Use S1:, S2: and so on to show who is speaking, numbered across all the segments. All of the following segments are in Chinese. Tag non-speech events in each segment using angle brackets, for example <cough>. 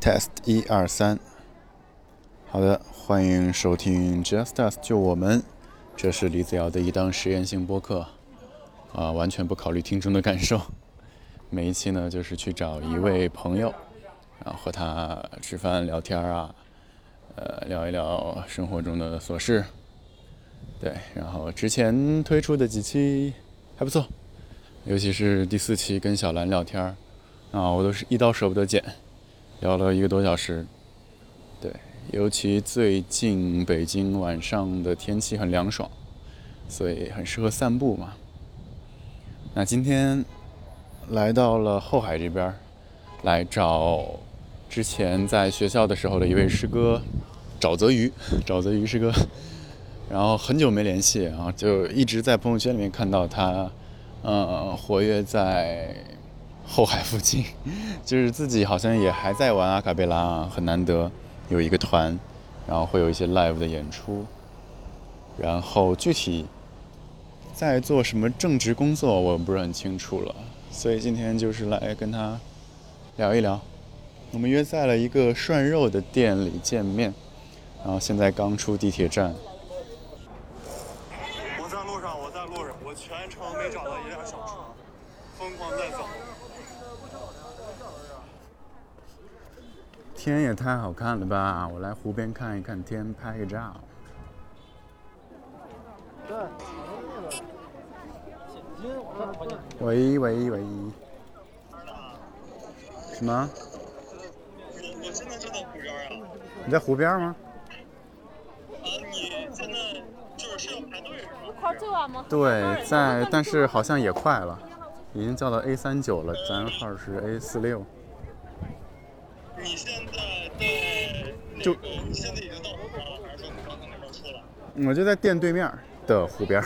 S1: test 一二三，好的，欢迎收听 Just Us 就我们，这是李子瑶的一档实验性播客，啊、完全不考虑听众的感受。 <laughs> 每一期呢，就是去找一位朋友，然后和他吃饭聊天啊，呃，聊一聊生活中的琐事。对，然后之前推出的几期还不错，尤其是第四期跟小兰聊天儿啊，我都是一刀舍不得剪，聊了一个多小时。对，尤其最近北京晚上的天气很凉爽，所以很适合散步嘛。那今天来到了后海这边儿，来找之前在学校的时候的一位师哥沼泽鱼， <laughs> 沼泽鱼师哥。然后很久没联系，然后就一直在朋友圈里面看到他，呃，活跃在后海附近，就是自己好像也还在玩阿卡贝拉，啊很难得有一个团，然后会有一些 live 的演出，然后具体在做什么正职工作我不是很清楚了，所以今天就是来跟他聊一聊，我们约在了一个涮肉的店里见面，然后现在刚出地铁站。
S2: 我在路上，我在路上，我全程没找到一辆小车，疯狂在走。
S1: 天也太好看了吧！我来湖边看一看天，拍个照。喂喂喂！什么？
S2: 我我现在就在湖边啊！
S1: 你在湖边吗？
S2: 啊，你现在就是是要排队是吗？
S3: 快这吗？
S1: 对，在，但是好像也快了，已经叫到 A 三九了，咱号是 A 四六。
S2: 你现在在哪
S1: 就
S2: 个？你现在已经到湖边了，还是说你刚从那边出来？
S1: 我就在店对面的湖边。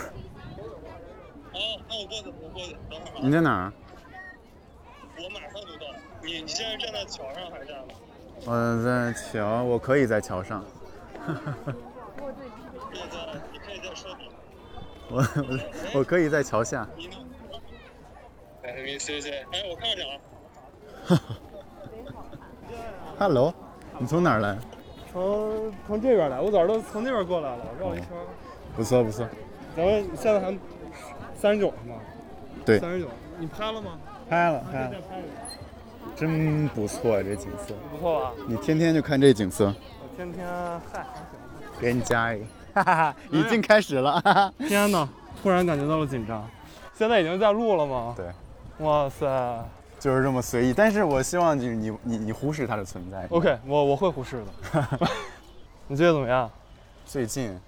S2: 哦，那我过去，我过去，等会儿
S1: 你
S2: 啊，
S1: 在哪儿？
S2: 我马上就到。你你现在站在桥上还是站着？
S1: 我在桥，我可以在桥上。
S2: 我在，你可以在车底。
S1: 我我我可以在桥下。
S2: 你呢？哎，你谢谢。哎，我看着啊，
S1: Hello，你从哪儿来？
S4: 从从这边来，我早上都从那边过来了，绕了一圈。
S1: 不错不错。
S4: 咱们现在还三十九是吗？
S1: 对
S4: 三十九，你拍了吗？
S1: 拍了拍
S4: 再
S1: 了，
S4: 拍一个，
S1: 真不错这景色。
S4: 不错吧？
S1: 你天天就看这景色，
S4: 我天天嗨，
S1: 给你加一个，哈哈哈， <laughs> 已经开始了，哈 <laughs> 哈。
S4: 天呐，突然感觉到了紧张。现在已经在录了吗？
S1: 对，
S4: 哇塞
S1: 就是这么随意。但是我希望就是你你你忽视它的存在。
S4: ，OK，我我会忽视 <laughs> 的。你觉得怎么样？
S1: 最近，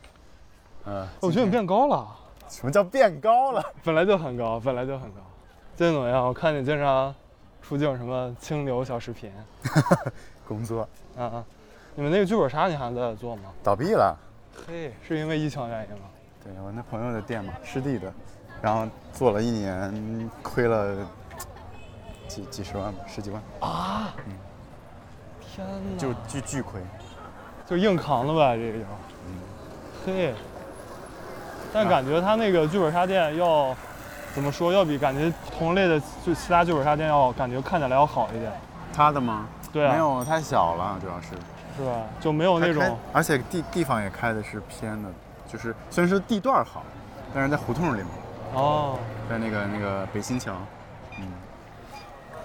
S1: 呃，
S4: 我觉得你变高了，
S1: 什么叫变高了？
S4: 本来就很高，本来就很高。最近怎么样？我看你经常出镜什么清流小视频
S1: 工作
S4: 啊啊！你们那个剧本杀你还在做吗？
S1: 倒闭了，
S4: 嘿，是因为疫情原因吗？
S1: 对我那朋友的店嘛，师弟的，然后做了一年，亏了几几十万吧，十几万，
S4: 天哪，
S1: 就巨巨亏。
S4: 就硬扛了呗，这个就，
S1: 嗯
S4: 嘿。但
S1: 啊
S4: 感觉他那个剧本杀店要怎么说，要比感觉同类的就其他剧本杀店要感觉看起来要好一点，
S1: 他的吗？
S4: 对啊
S1: 没有太小了，主要是。
S4: 是吧？就没有那
S1: 它开
S4: 种，
S1: 而且地地方也开的是偏的，就是虽然说地段儿好，但是在胡同里面，
S4: 哦，
S1: 在那个那个北新桥，嗯，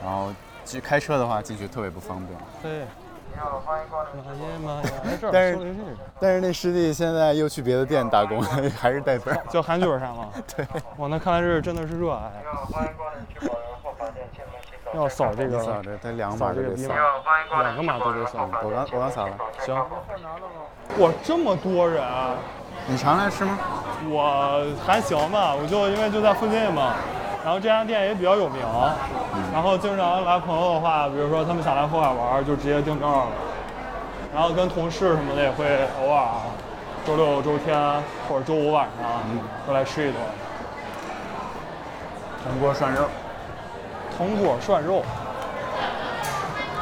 S1: 然后就开车的话进去特别不方便。
S4: 嘿。妈呀妈呀！哎，这儿
S1: 但是
S4: 说了一个这个，
S1: 但是那师弟现在又去别的店打工， <laughs> 还是带班儿。
S4: 叫韩剧本杀
S1: <laughs>
S4: 吗？
S1: 对，
S4: 哇，那看来是真的是热爱，
S5: 欢迎光临聚宝园后房间，进门请走。
S4: 要扫这
S1: 你扫
S4: 个。
S1: 着，他两把就
S4: 扫这
S1: 得
S4: 个逼
S1: 扫。
S4: 嘛
S5: 欢迎光
S4: 两个码都得扫
S5: 临聚宝园后房间
S1: 我刚我刚扫了。
S4: 行，哇，这么多人啊，
S1: 你常来吃吗？
S4: 我还行吧，我就因为就在附近嘛，然后这家店也比较有名，然后经常来朋友的话，比如说他们想来后海玩儿，就直接订这儿了，然后跟同事什么的也会偶尔，周六、周天或者周五晚上会来吃一顿。
S1: 铜锅涮肉，
S4: 铜锅涮肉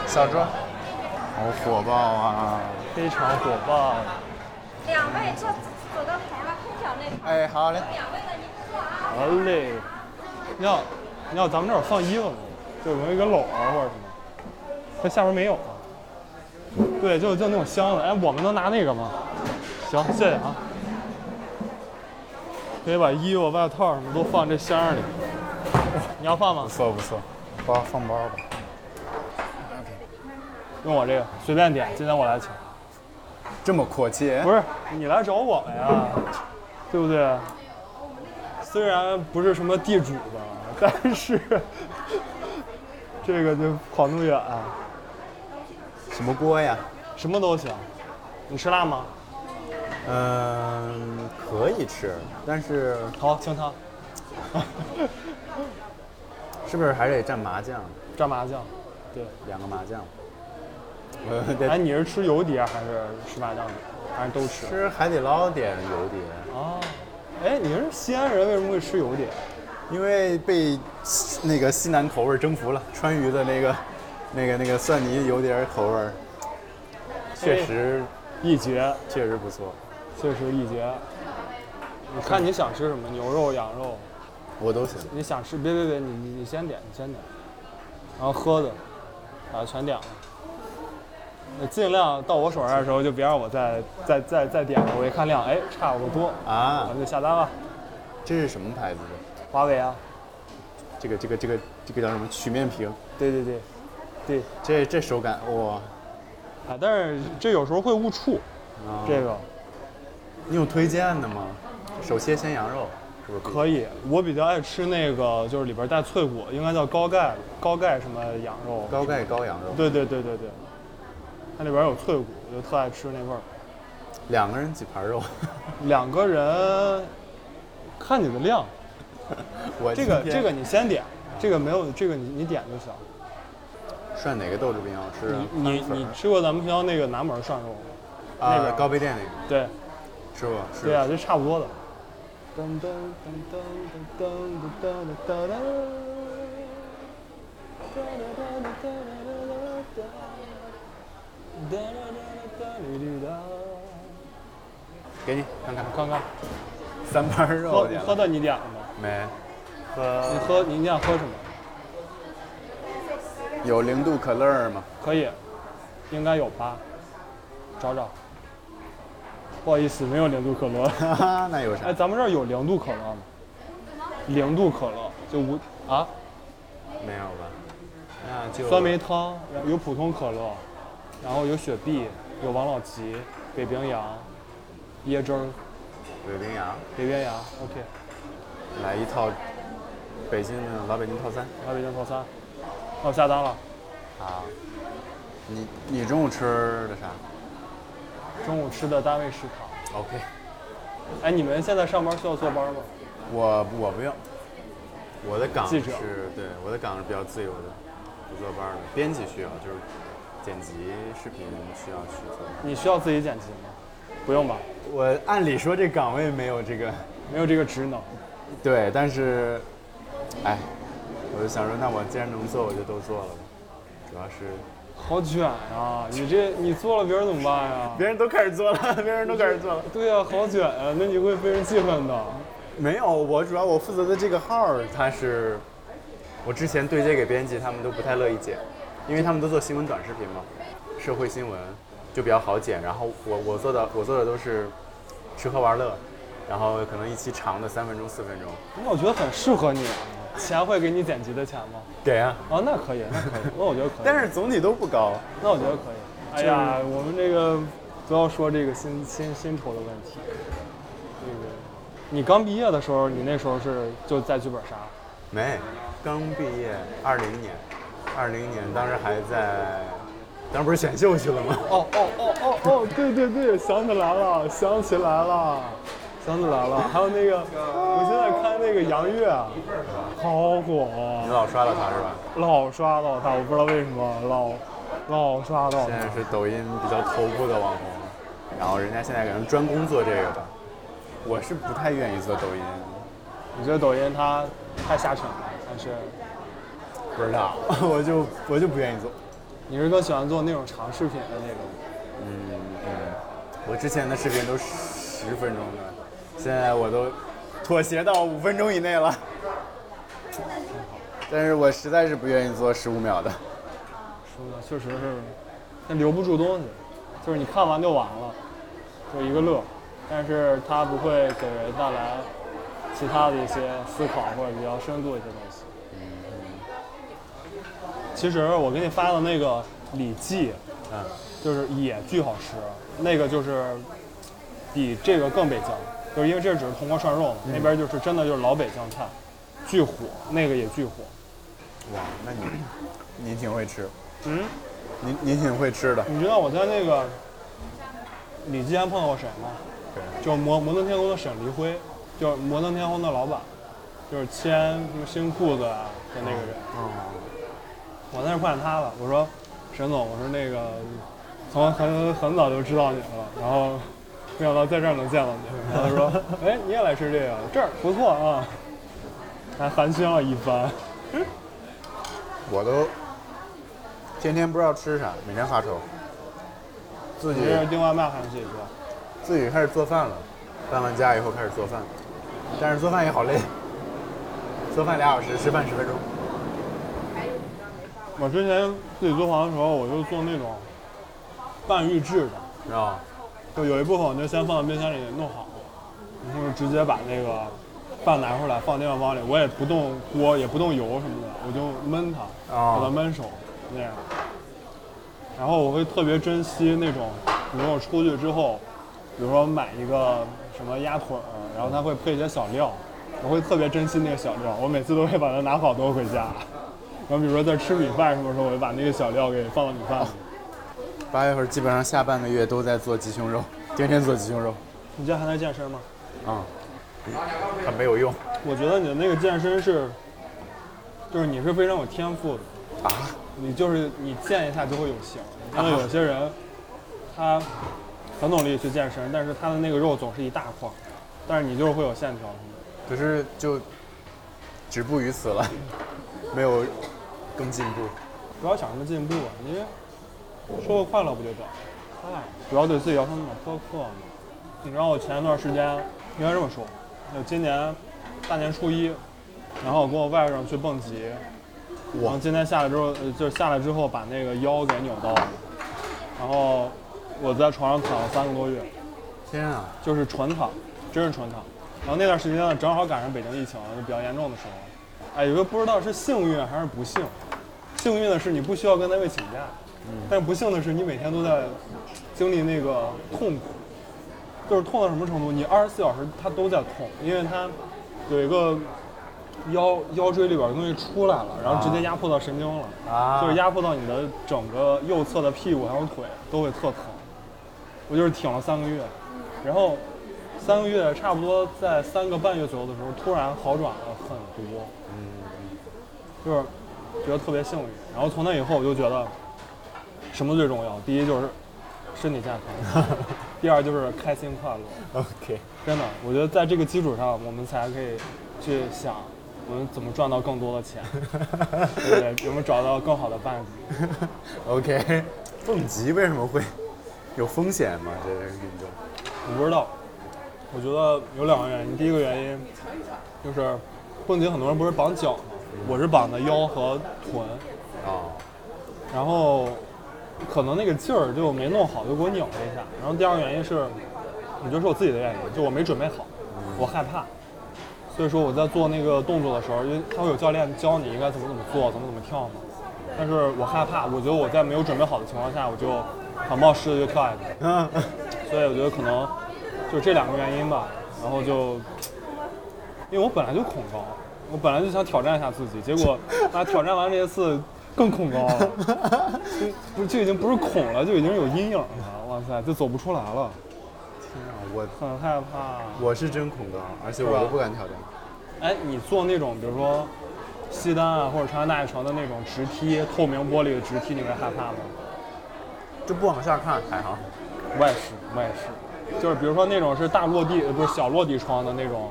S1: 小桌，好火爆啊！
S4: 非常火爆，
S3: 两位坐走到头了，空调那头。
S1: 哎，好嘞，
S3: 两位的你坐啊。
S4: 好嘞，要要咱们这儿有放衣服吗？就有没有一个篓啊或者什么？它下边没有啊。对，就就那种箱子。哎，我们能拿那个吗？行，谢谢啊。可以把衣服、外套什么都放这箱里。你要放吗
S1: 不？错不错，包放包吧。
S4: 用我这个，随便点。今天我来请。
S1: 这么阔气？
S4: 不是你来找我们呀，对不对？虽然不是什么地主吧，但是 <laughs> 这个就跑那么远，
S1: 什么锅呀？
S4: 什么都行。你吃辣吗？
S1: 嗯，可以吃，但是
S4: 好，清汤，
S1: 是不是还得蘸麻酱？
S4: 蘸麻酱。对，
S1: 两个麻酱。呃，
S4: 哎，
S1: 得
S4: 你是吃油碟还是吃麻酱碟，还是都吃？
S1: 吃海底捞点油碟，
S4: 哦，哎，你是西安人，为什么会吃油碟？
S1: 因为被那个西南口味征服了，川渝的那个、那个、那个蒜泥油碟口味，确实
S4: 一绝，
S1: 确实不错，
S4: 确实一绝。你看你想吃什么，牛肉、羊肉，
S1: 我都行。
S4: 你想吃？别别别，你你你先点，你先点，然后喝的，把它全点了。你尽量到我手上的时候，就别让我再再再再点了。我一看量，哎，差不多，
S1: 啊
S4: 咱，们就下单吧。
S1: 这是什么牌子的？
S4: 华为啊，
S1: 这个这个这个这个叫什么曲面屏？
S4: 对对对，对
S1: 这这手感哇！
S4: 啊，但是这有时候会误触
S1: 啊
S4: 这个。
S1: 你有推荐的吗？手切鲜羊肉是不是
S4: 可以，我比较爱吃那个，就是里边带脆骨，应该叫高钙高钙什么羊肉。
S1: 高钙高羊肉？
S4: 对对对对对，它里边有脆骨，我就特爱吃那味儿。
S1: 两个人几盘
S4: <laughs>
S1: 肉？
S4: 两个人，看你的量，
S1: 我
S4: 这个
S1: 今天
S4: 这个你先点，这个没有这个你你点就行。
S1: 涮哪个豆制品好吃啊？
S4: 你你你吃过咱们平常那个南门涮肉吗？那
S1: 啊
S4: 边
S1: 高碑店那个
S4: 对
S1: 是吧？是
S4: 对啊，这差不多的。
S1: 给你看看
S4: 看看，
S1: 三盘
S4: 喝
S1: 肉去了
S4: 喝的你点了吗？
S1: 没？
S4: 你
S1: 喝
S4: 喝你想喝什么？
S1: 有零度可乐吗？ <laughs>
S4: 可以，应该有吧？找找。不好意思，没有零度可乐。
S1: 哈哈，那有啥
S4: 哎，？咱们这儿有零度可乐吗？零度可乐就无啊，
S1: 没有吧？那就
S4: 酸梅汤，然后有普通可乐，然后有雪碧，有王老吉，北冰洋，椰汁儿，
S1: 北冰洋，
S4: 北冰洋，OK，
S1: 来一套北京的老北京套餐。
S4: 来北京套餐。那我哦下单了，
S1: 好，你你中午吃的啥
S4: 中午吃的单位食堂。
S1: ？OK，
S4: 哎，你们现在上班需要坐班吗？
S1: 我我不用，我的岗
S4: 记
S1: 是
S4: 者
S1: 对我的岗是比较自由的，不坐班儿的。编辑需要就是剪辑视频需要去坐班儿。
S4: 你需要自己剪辑吗？不用吧，
S1: 我按理说这岗位没有这个。
S4: 没有这个职能。
S1: 对，但是，哎，我就想说，那我既然能做，我就都做了吧。主要是
S4: 好卷啊！你这你做了别人怎么办呀？
S1: 别人都开始做了，别人都开始做了。
S4: 对呀、好卷啊！那你会被人记恨的。
S1: 没有，我主要我负责的这个号儿，它是我之前对接给编辑，他们都不太乐意剪，因为他们都做新闻短视频嘛，社会新闻就比较好剪。然后我我做的我做的都是吃喝玩乐，然后可能一期长的三分钟四分钟。
S4: 那我觉得很适合你啊。钱会给你剪辑的钱吗？
S1: 给啊，
S4: 啊，那可以，那可以，那我觉得可以。
S1: 但是总体都不高。
S4: 那我觉得可以。哎呀，我们这个不要说这个薪薪薪酬的问题。那个，你刚毕业的时候，你那时候是就在剧本杀，
S1: 没，刚毕业，二零年，二零年当时还在，当时不是选秀去了吗？ <laughs>
S4: 哦哦哦哦哦，对对对，想起来了，想起来了，想起来了。还有那个，我现在看那个杨越，好火、
S1: 你老刷到他是吧？
S4: 老刷到他，我不知道为什么老老刷到
S1: 现在
S4: 他。
S1: 是抖音比较头部的网红，然后人家现在可能专攻做这个的，我是不太愿意做抖音，
S4: 你觉得抖音它太下沉了，还是
S1: 不知道， <laughs> 我就我就不愿意做。
S4: 你是更喜欢做那种长视频的那种？
S1: 嗯嗯，我之前的视频都十分钟的，现在我都妥协到五分钟以内了。 <laughs> 但是我实在是不愿意做十五秒的。
S4: 说的确实是，那留不住东西。就是你看完就完了，就一个乐，但是它不会给人带来其他的一些思考或者比较深度的一些东西。其实我给你发的那个《礼记》，
S1: 啊，
S4: 就是也巨好吃，那个就是比这个更北京，就是因为这只是铜锅涮肉嘛，那边就是真的就是老北京菜，巨火，那个也巨火。
S1: 哇，那你您挺会吃，
S4: 嗯，
S1: 您您挺会吃的。
S4: 你知道我在那个李记安碰到过谁吗？
S1: 对
S4: 就摩摩登天空的沈黎辉，就是摩登天空的老板，就是签什么新裤子啊的那个人。我在那儿碰见他了，我说沈总，我说那个从很很早就知道你了，然后没想到在这儿能见到你。然后他说，哎，你也来吃这个，这儿不错啊，还寒暄了一番。
S1: 我都天天不知道吃啥，每天发愁。自己
S4: 你是订外卖还是自己做？
S1: 自己开始做饭了，搬完家以后开始做饭，但是做饭也好累，做饭俩小时，吃饭十分钟。
S4: 我之前自己租房的时候，我就做那种半预制的，
S1: 啊，
S4: 就有一部分我就先放到冰箱里弄好，然后直接把那个饭拿出来放电饭煲里，我也不动锅，也不动油什么的，我就焖它，
S1: 哦
S4: 把它焖熟那样。然后我会特别珍惜那种，比如说我出去之后，比如说买一个什么鸭腿儿，然后它会配一些小料，我会特别珍惜那个小料，我每次都会把它拿好多回家。然后比如说在吃米饭什么时候，我就把那个小料给放到米饭里。
S1: 八月份基本上下半个月都在做鸡胸肉，天天做鸡胸肉，
S4: 你这还在健身吗？
S1: 啊、很没有用
S4: 我觉得你的那个健身是，就是你是非常有天赋的，
S1: 啊。
S4: 你就是你健一下就会有型。因为有些人，他很努力去健身，但是他的那个肉总是一大块儿，但是你就是会有线条什么的。
S1: 可是就止步于此了，没有更进步。
S4: 不要想什么进步啊，你收获快乐不就得了？哎，不要对自己要求那么苛刻嘛。你知道我前一段时间应该这么说，就今年大年初一，然后我跟我外甥去蹦极，然后今天下来之后，呃就是下来之后把那个腰给扭到了，然后我在床上躺了三个多月，
S1: 天啊！
S4: 就是纯躺，真是纯躺。然后那段时间呢，正好赶上北京疫情就比较严重的时候，哎，有个不知道是幸运还是不幸。幸运的是你不需要跟单位请假，但不幸的是你每天都在经历那个痛苦，就是痛到什么程度？你二十四小时它都在痛，因为它有一个腰腰椎里边的东西出来了，然后直接压迫到神经了。
S1: 啊
S4: 就是压迫到你的整个右侧的屁股还有腿都会特疼。我就是挺了三个月，然后三个月差不多在三个半月左右的时候，突然好转了很多，就是觉得特别幸运。然后从那以后，我就觉得什么最重要？第一就是身体健康，第二就是开心快乐。
S1: OK，
S4: 真的，我觉得在这个基础上，我们才可以去想我们怎么赚到更多的钱，对不对？有没有找到更好的伴侣？
S1: OK，蹦极为什么会有风险吗？这个运动
S4: 我不知道，我觉得有两个原因。第一个原因就是蹦极，很多人不是绑脚吗？我是绑的腰和臀，
S1: 啊、
S4: 然后可能那个劲儿就没弄好，就给我拧了一下。然后第二个原因是，我觉得是我自己的原因，就我没准备好，我害怕。所以说我在做那个动作的时候，因为他会有教练教你应该怎么怎么做，怎么怎么跳嘛。但是我害怕，我觉得我在没有准备好的情况下，我就很冒失的就跳下去了。
S1: 嗯，
S4: 所以我觉得可能就这两个原因吧。然后就，因为我本来就恐高，我本来就想挑战一下自己，结果啊挑战完这一次更恐高了，就不是就已经不是恐了，就已经有阴影了。哇塞，就走不出来了，
S1: 我
S4: 很害怕。
S1: 我是真恐高，而且我
S4: 吧
S1: 都不敢挑战。
S4: 哎，你做那种比如说西单啊或者长安大悦城的那种直梯，透明玻璃的直梯，你会害怕吗？
S1: 就不往下看还好。
S4: 我也是，我也是，就是比如说那种是大落地，呃不是小落地窗的那种，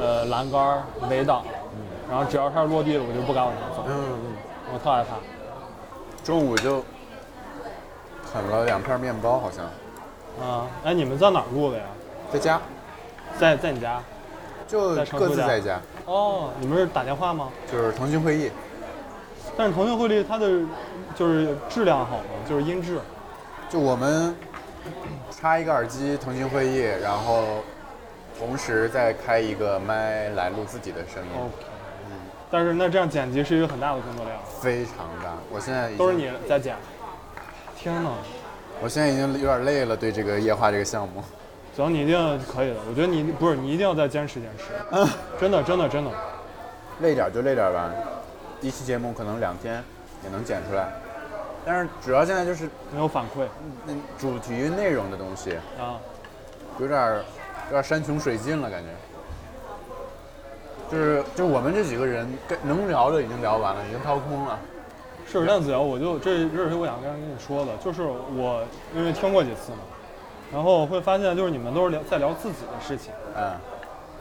S4: 呃，栏杆儿围挡，嗯然后只要它是落地的，我就不敢往前走，
S1: 嗯嗯。
S4: 我特害怕。
S1: 中午就啃了两片面包，好像
S4: 啊、哎，你们在哪儿录的呀？
S1: 在家
S4: 在在你家？
S1: 就
S4: 在成
S1: 各
S4: 都
S1: 自
S4: 家
S1: 在家，
S4: 哦，你们是打电话吗？
S1: 就是腾讯会议。
S4: 但是腾讯会议它的就是质量好吗？就是音质。
S1: 就我们插一个耳机腾讯会议，然后同时再开一个麦来录自己的声音，
S4: OK，但是那这样剪辑是一个很大的工作量，
S1: 非常大。我现在已经
S4: 都是你在剪。天哪，
S1: 我现在已经有点累了，对这个夜话这个项目。
S4: 只要你一定可以的，我觉得你不是你一定要再坚持坚持，
S1: 嗯，
S4: 真的真的真的。
S1: 累点儿就累点儿吧，一期节目可能两天也能剪出来，但是主要现在就是
S4: 没有反馈
S1: 那主题内容的东西，
S4: 啊，
S1: 有点儿有点儿山穷水尽了感觉。就是就我们这几个人跟能聊的已经聊完了，已经掏空了。
S4: 是量子瑶，我就这这是我想跟跟你说的，就是我因为听过几次嘛，然后会发现就是你们都是聊在聊自己的事情，
S1: 嗯，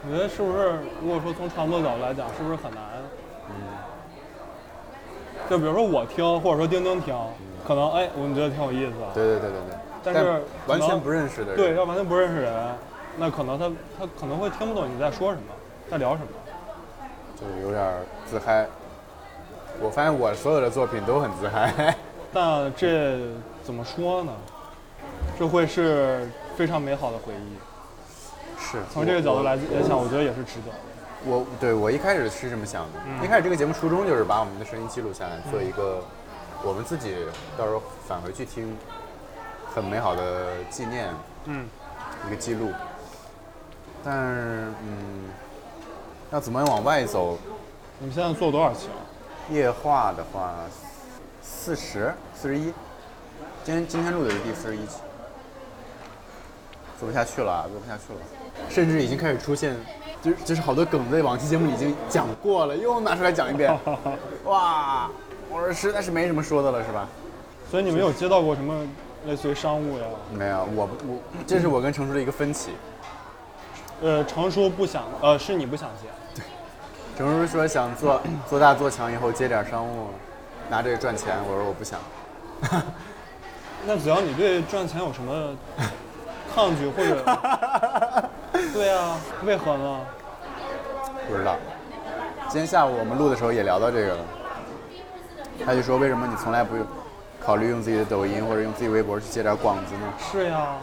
S4: 你觉得是不是？如果说从传播角度来讲，是不是很难？就比如说我听，或者说丁丁听，可能哎，我们觉得挺有意思的，
S1: 对对对对对。
S4: 但是
S1: 完
S4: 可
S1: 全
S4: 能
S1: 不认识的人，
S4: 对，要完全不认识人，那可能他他可能会听不懂你在说什么，在聊什么。
S1: 就有点儿自嗨。我发现我所有的作品都很自嗨。
S4: 但这怎么说呢？这会是非常美好的回忆。
S1: 是，
S4: 从这个角度来来想，我觉得也是值得的。
S1: 我对我一开始是这么想的，一开始这个节目初衷就是把我们的声音记录下来，做一个我们自己到时候返回去听，很美好的纪念
S4: 嗯，
S1: 一个记录。但是，嗯，要怎么往外走？
S4: 你们现在做多少期了？
S1: 夜话的话，四十四十一，今天今天录的是第四十一期，做不下去了啊，做不下去了，甚至已经开始出现，就是就是好多梗在往期节目里已经讲过了，又拿出来讲一遍，哇，我说实在是没什么说的了，是吧？
S4: 所以你们有接到过什么类似于商务呀？
S1: 没有，我不我这是我跟程叔的一个分歧，
S4: 呃，常叔不想，呃，是你不想接。
S1: 程叔说想做做大做强以后接点商务，拿这个赚钱，我说我不想，
S4: 那只要你对赚钱有什么抗拒或者，对啊，为何呢？
S1: 不知道。今天下午我们录的时候也聊到这个了，他就说为什么你从来不考虑用自己的抖音或者用自己微博去接点广子呢？
S4: 是呀，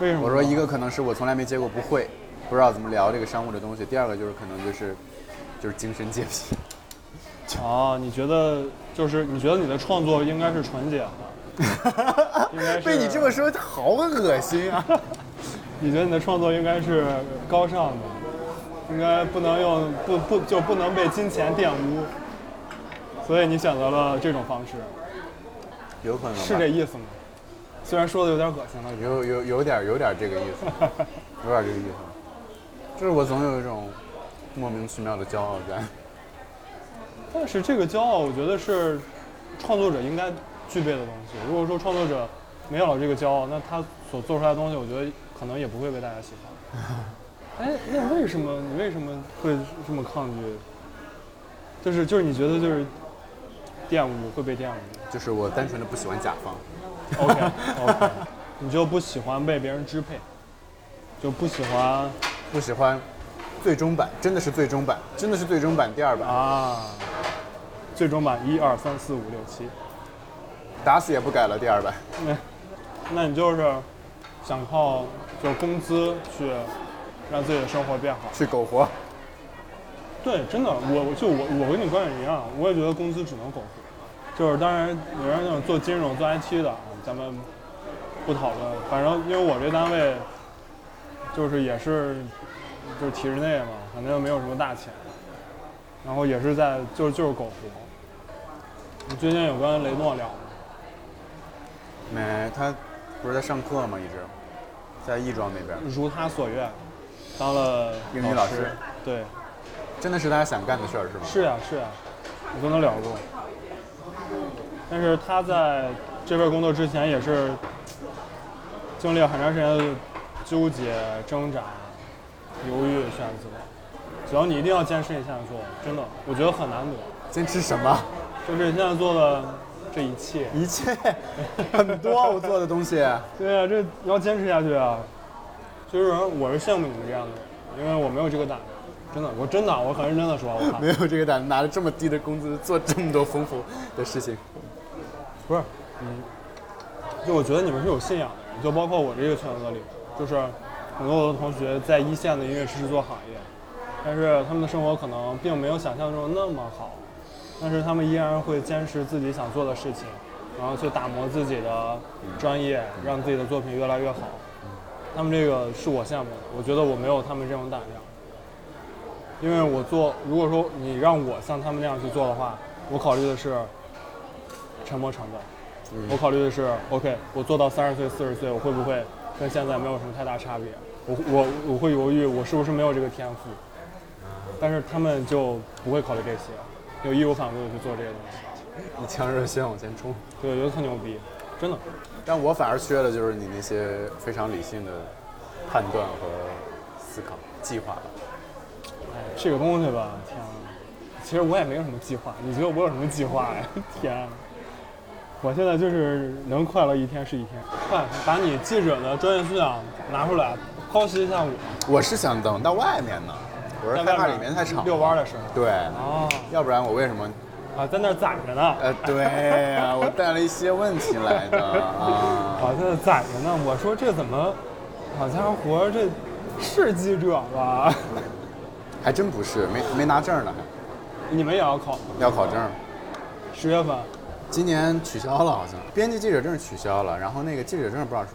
S4: 为什么呢？
S1: 我说一个可能是我从来没接过，不会，不知道怎么聊这个商务的东西；第二个就是可能就是就是精神洁癖，
S4: 啊，你觉得就是你觉得你的创作应该是纯洁的，应该是
S1: 被你这么说好恶心啊！
S4: 你觉得你的创作应该是高尚的，应该不能用不不就不能被金钱玷污，所以你选择了这种方式，
S1: 有可能吧
S4: 是这意思吗？虽然说的有点恶心了，
S1: 有有有点有点这个意思，有点这个意思，就是我总有一种莫名其妙的骄傲在。
S4: 但是这个骄傲，我觉得是创作者应该具备的东西。如果说创作者没有了这个骄傲，那他所做出来的东西，我觉得可能也不会被大家喜欢。哎，那为什么你为什么会这么抗拒？就是就是你觉得就是玷污会被玷污
S1: <laughs> 就是我单纯的不喜欢甲方，
S4: ？OK OK，你就不喜欢被别人支配，就不喜欢
S1: 不喜欢最终版，真的是最终版，真的是最终版第二版，
S4: 啊。最终版一二三四五六七，
S1: 打死也不改了第二版。
S4: 那那你就是想靠就是工资去让自己的生活变好。
S1: 去苟活，
S4: 对，真的，我我就我我跟你观点一样，我也觉得工资只能苟活。就是当然有人那种做金融做 IT 的，咱们不讨论。反正因为我这单位就是也是就是体制内嘛，反正没有什么大钱，然后也是在就是就是苟活。你最近有跟雷诺聊吗？
S1: 没他不是在上课吗？一直在亦庄那边，
S4: 如他所愿，当了
S1: 英语老师
S4: 对，
S1: 真的是他想干的事儿是吗？
S4: 是呀、是呀、啊我跟他聊过。但是他在这份工作之前也是经历了很长时间的纠结、挣扎、犹豫、选择。只要你一定要坚持你现在做，的，真的，我觉得很难得。
S1: 坚持什么？ <laughs>
S4: 就是你现在做的这一切，
S1: 一切很多我做的东西， <laughs>
S4: 对啊，这你要坚持下去啊！就是我是羡慕你们这样的人，因为我没有这个胆，真的，我真的，我很认真的说，我怕
S1: 没有这个胆子拿着这么低的工资做这么多丰富的事情。
S4: 不是，嗯，就我觉得你们是有信仰的人，就包括我这个圈子里，就是很多我的同学在一线的音乐制作行业，但是他们的生活可能并没有想象中那么好，但是他们依然会坚持自己想做的事情，然后去打磨自己的专业，让自己的作品越来越好。他们这个是我羡慕的，我觉得我没有他们这种胆量，因为我做，如果说你让我像他们那样去做的话，我考虑的是沉没成本。
S1: 嗯
S4: 我考虑的是，OK，我做到三十岁、四十岁，我会不会跟现在没有什么太大差别？我我我会犹豫，我是不是没有这个天赋？
S1: 啊
S4: 但是他们就不会考虑这些，有义无反顾的去做这些东西。
S1: 一腔热血往前冲。
S4: 对，我觉得特牛逼，真的。
S1: 但我反而缺的就是你那些非常理性的判断和思考、计划吧。
S4: 哎，这个东西吧，天啊，其实我也没有什么计划。你觉得我有什么计划呀？ <laughs> 天啊，我现在就是能快乐一天是一天。快把你记者的专业素养拿出来，剖析一下我。
S1: 我是想等到外面呢，我是害怕里面太吵。
S4: 遛弯儿的时候。
S1: 对，
S4: 哦，
S1: 要不然我为什么？
S4: 啊，在那儿攒着呢。
S1: 呃， <laughs> 对呀、我带了一些问题来的啊。
S4: <laughs> 啊，在那儿攒着呢。我说这怎么，好家伙，这是记者吧？ <laughs>
S1: 还真不是，没没拿证呢，还
S4: 你们也要考吗？
S1: 要考证。
S4: 十月份
S1: 今年取消了，好像编辑记者证取消了，然后那个记者证不知道什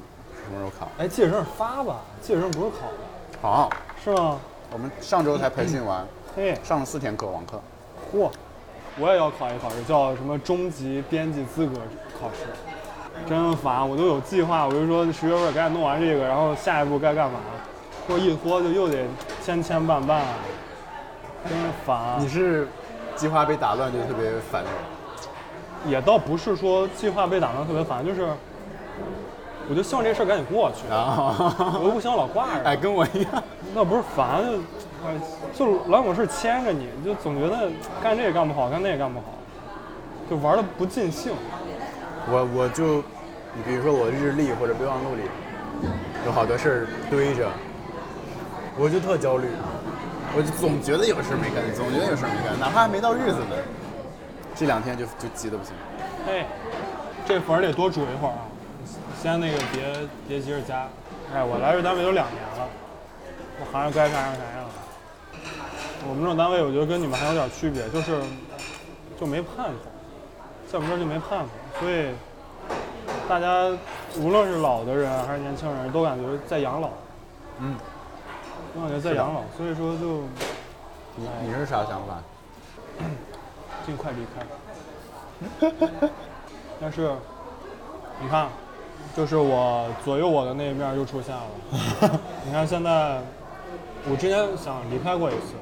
S1: 什么时候考。
S4: 哎，记者证发吧，记者证不是考的，
S1: 好，
S4: 是吗？
S1: 我们上周才培训完，
S4: 嘿，
S1: 上了四天课网课。
S4: 嚯，我也要考一考试，叫什么中级编辑资格考试，真烦！我都有计划，我就说十月份赶紧弄完这个，然后下一步该干嘛？我一拖就又得千千万万，啊真烦。啊
S1: 你是计划被打乱就特别烦人，
S4: 也倒不是说计划被打乱特别烦，就是我就希望这事儿赶紧过去，
S1: 然后 <laughs>
S4: 我又不想老挂着，
S1: 啊哎跟我一样，
S4: 那不是烦，就哎就老有事儿牵着你，就总觉得干这也干不好，干那也干不好，就玩的不尽兴。
S1: 我我就你比如说我日历或者备忘录里有好多事儿堆着，我就特焦虑，我就总觉得有事儿没干，总觉得有事儿没干，哪怕还没到日子呢，这两天就就急得不行。
S4: 哎，这粉儿得多煮一会儿啊，先那个别别急着加。哎，我来这单位都两年了，我行上该啥样啥样了。我们这种单位，我觉得跟你们还有点区别，就是就没盼头，在我们这儿就没盼头，所以大家无论是老的人啊还是年轻人，都感觉在养老。
S1: 嗯，
S4: 都感觉在养老，所以说就
S1: 你你是啥想法？
S4: 尽快离开。 <laughs> 但是，你看，就是我左右我的那一面就出现了。你看现在，我之前想离开过一次，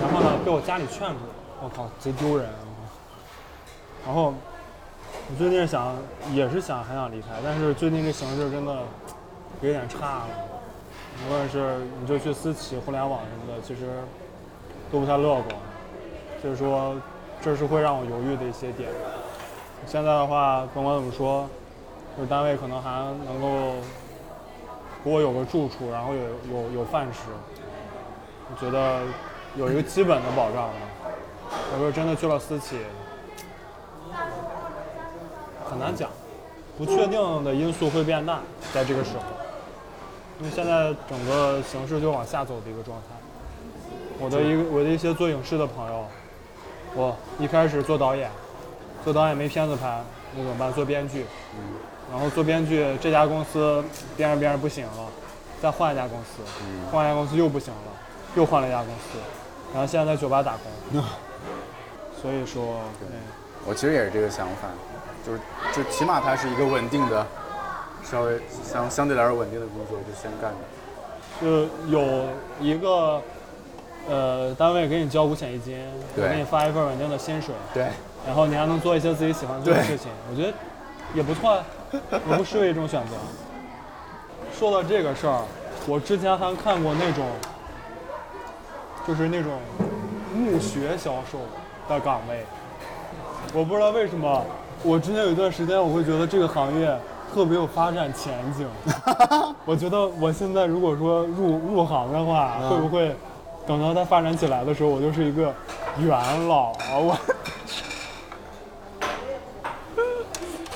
S4: 然后呢被我家里劝住，我靠，贼丢人啊。然后，我最近想也是想很想离开，但是最近这形势真的有点差了。无论是你就去私企、互联网什么的，其实都不太乐观。就是说，这是会让我犹豫的一些点。现在的话，甭管怎么说，就是单位可能还能够给我有个住处，然后有有有饭吃，我觉得有一个基本的保障吧。要说真的去了私企，很难讲，不确定的因素会变大，在这个时候，因为现在整个形势就往下走的一个状态。我的一个我的一些做影视的朋友，我一开始做导演，做导演没片子拍，那怎么办？做编剧，然后做编剧这家公司编着编着不行了，再换一家公司，换一家公司又不行了，又换了一家公司，然后现在在酒吧打工，所以说，哎
S1: 我其实也是这个想法，就是就起码它是一个稳定的，稍微相相对来说稳定的工作就先干着。
S4: 就有一个呃单位给你交五险一金，
S1: 对
S4: 给你发一份稳定的薪水，
S1: 对，
S4: 然后你还能做一些自己喜欢做的
S1: 对
S4: 事情，我觉得也不错啊，也不失为一种选择。说到这个事儿，我之前还看过那种，就是那种墓穴销售的岗位，我不知道为什么，我之前有一段时间我会觉得这个行业特别有发展前景，我觉得我现在如果说入入行的话，会不会等到它发展起来的时候，我就是一个元老啊？我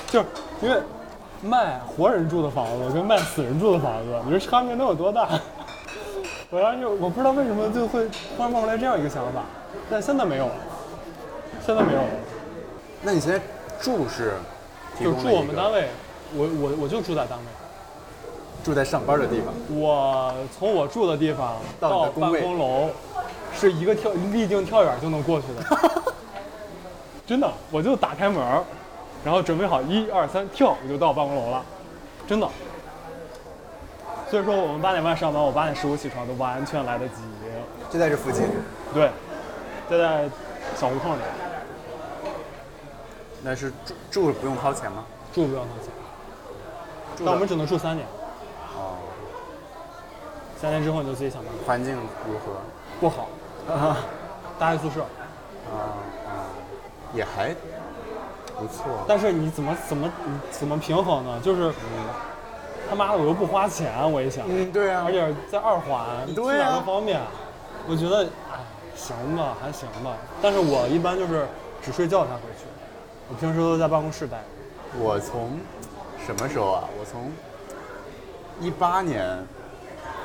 S4: 就是因为卖活人住的房子跟卖死人住的房子，你说差别能有多大？ <laughs> 我当时就我不知道为什么就会突然冒出来这样一个想法，但现在没有了，现在没有了。
S1: 那你现在住是提
S4: 就
S1: 供了
S4: 住
S1: 一
S4: 我们
S1: 个
S4: 单位，我我我就住在单位，
S1: 住在上班的地方，
S4: 我从我住的地方
S1: 到
S4: 到
S1: 你的工
S4: 办
S1: 位
S4: 公楼，是一个跳立定跳远就能过去的，真的，我就打开门儿，然后准备好一二三跳，我就到办公楼了，真的。所以说我们八点半上班，我八点十五起床都完全来得及，
S1: 就在这附近。
S4: 对，就在小胡同里
S1: 那是住住不用掏钱吗？
S4: 住不了多久，
S1: 住
S4: 但我
S1: 的
S4: 们只能住三年，三年之后你就自己想办法。
S1: 环境如何？
S4: 不好，大学宿舍。
S1: 也还不错。
S4: 但是你怎么怎么你怎么平衡呢？就是，他妈的我又不花钱，我一想，
S1: 嗯，对啊
S4: 而，且在二环，
S1: 对
S4: 去哪
S1: 啊
S4: 儿都方便。我觉得，哎，行吧，还行吧。但是我一般就是只睡觉才回去，我平时都在办公室待着。
S1: 我从什么时候啊？我从一八年，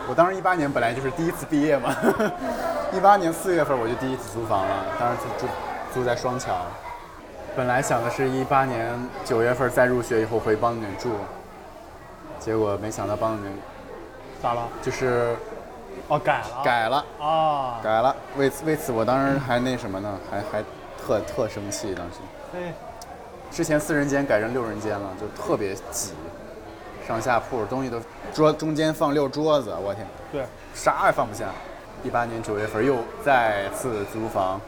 S1: 我当时一八年本来就是第一次毕业嘛， <laughs> 一八年四月份我就第一次租房了，当时就住住在双桥。本来想的是一八年九月份再入学以后回帮你们住，结果没想到帮你们
S4: 咋了？
S1: 就是
S4: 哦，改了。
S1: 改了。
S4: 啊。
S1: 改了，为此为此我当时还那什么呢，还还特特生气，当时
S4: 哎，
S1: 之前四人间改成六人间了，就特别挤，上下铺东西都桌中间放六桌子，我天，
S4: 对，
S1: 啥也放不下。一八年九月份又再次租房，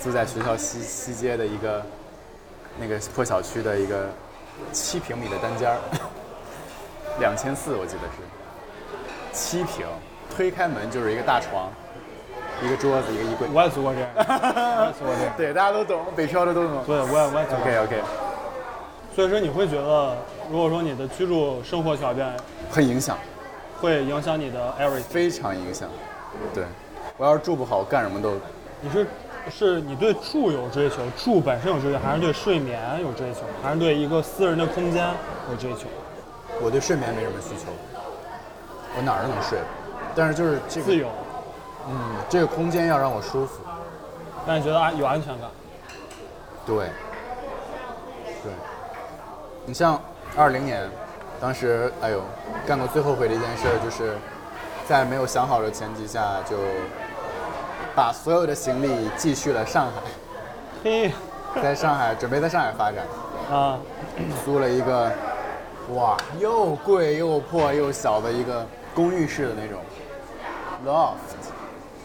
S1: 租在学校西西街的一个那个破小区的一个七平米的单间儿，两千四我记得是，七平，推开门就是一个大床，一个桌子，一个衣柜。
S4: 我也租过
S1: <laughs>
S4: 这样，我也租过这样。
S1: 对，大家都懂，北漂的都懂。
S4: 对，我也我也租过。
S1: OK OK，
S4: 所以说你会觉得，如果说你的居住生活条件
S1: 很影响，
S4: 会影响你的 everything。
S1: 非常影响。对，我要是住不好，我干什么都
S4: 你是是你对住有追求，住本身有追求，还是对睡眠有追求，还是对一个私人的空间有追求？
S1: 我对睡眠没什么需求，我哪儿都能睡，但是就是这
S4: 自
S1: 个
S4: 由，
S1: 这个空间要让我舒服。
S4: 让你觉得啊有安全感。
S1: 对，对，你像二零年，当时哎呦，干过最后悔的一件事就是，在没有想好的前提下就把所有的行李寄去了上海，
S4: 嘿，
S1: 在上海准备在上海发展。
S4: 啊，
S1: 租了一个，哇，又贵又破又小的一个公寓式的那种，loft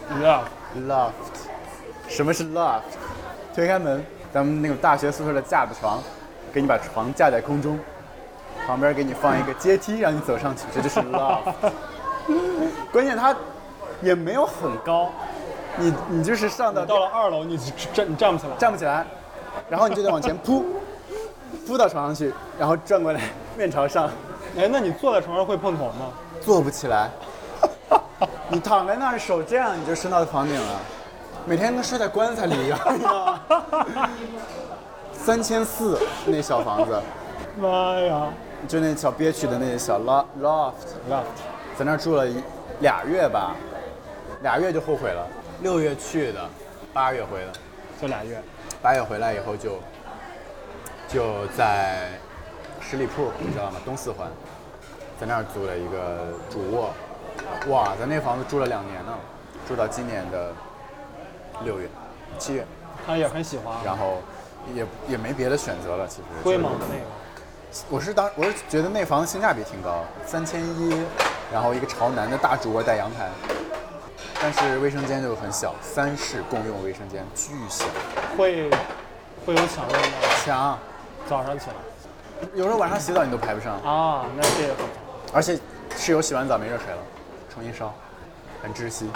S4: 你知啊道，
S1: loft，什么是 loft？推开门，咱们那种大学宿舍的架子床，给你把床架在空中，旁边给你放一个阶梯让你走上去，这就是 loft。关键它也没有很高，你你就是上到
S4: 你到了二楼，你站你站不起来，
S1: 站不起来，然后你就得往前扑，扑到床上去，然后转过来面朝上。
S4: 哎，那你坐在床上会碰头吗？
S1: 坐不起来。 <laughs> 你躺在那儿，手这样你就伸到房顶了，每天跟睡在棺材里一样，你知道吗？三千四那小房子，
S4: 妈呀啊
S1: 就那小憋屈的那小 lo- loft，
S4: ，left，
S1: 在那儿住了一俩月吧，俩月就后悔了。六月去的，八月回的，
S4: 就俩月，
S1: 八月回来以后就就在十里铺，你知道吗？东四环，在那儿租了一个主卧，哇，在那房子住了两年呢，住到今年的六月、七月，
S4: 他也很喜欢。
S1: 然后也也没别的选择了，其实。
S4: 灰吗？那个，
S1: 我是当我是觉得那房子性价比挺高，三千一，然后一个朝南的大主卧带阳台，但是卫生间就很小，三室共用卫生间，巨小，
S4: 会会有抢问吗？
S1: 强。
S4: 早上起来
S1: 有时候晚上洗澡你都排不上，
S4: 啊，那这也很
S1: 而且室友洗完澡没热水了，重新烧，很窒息。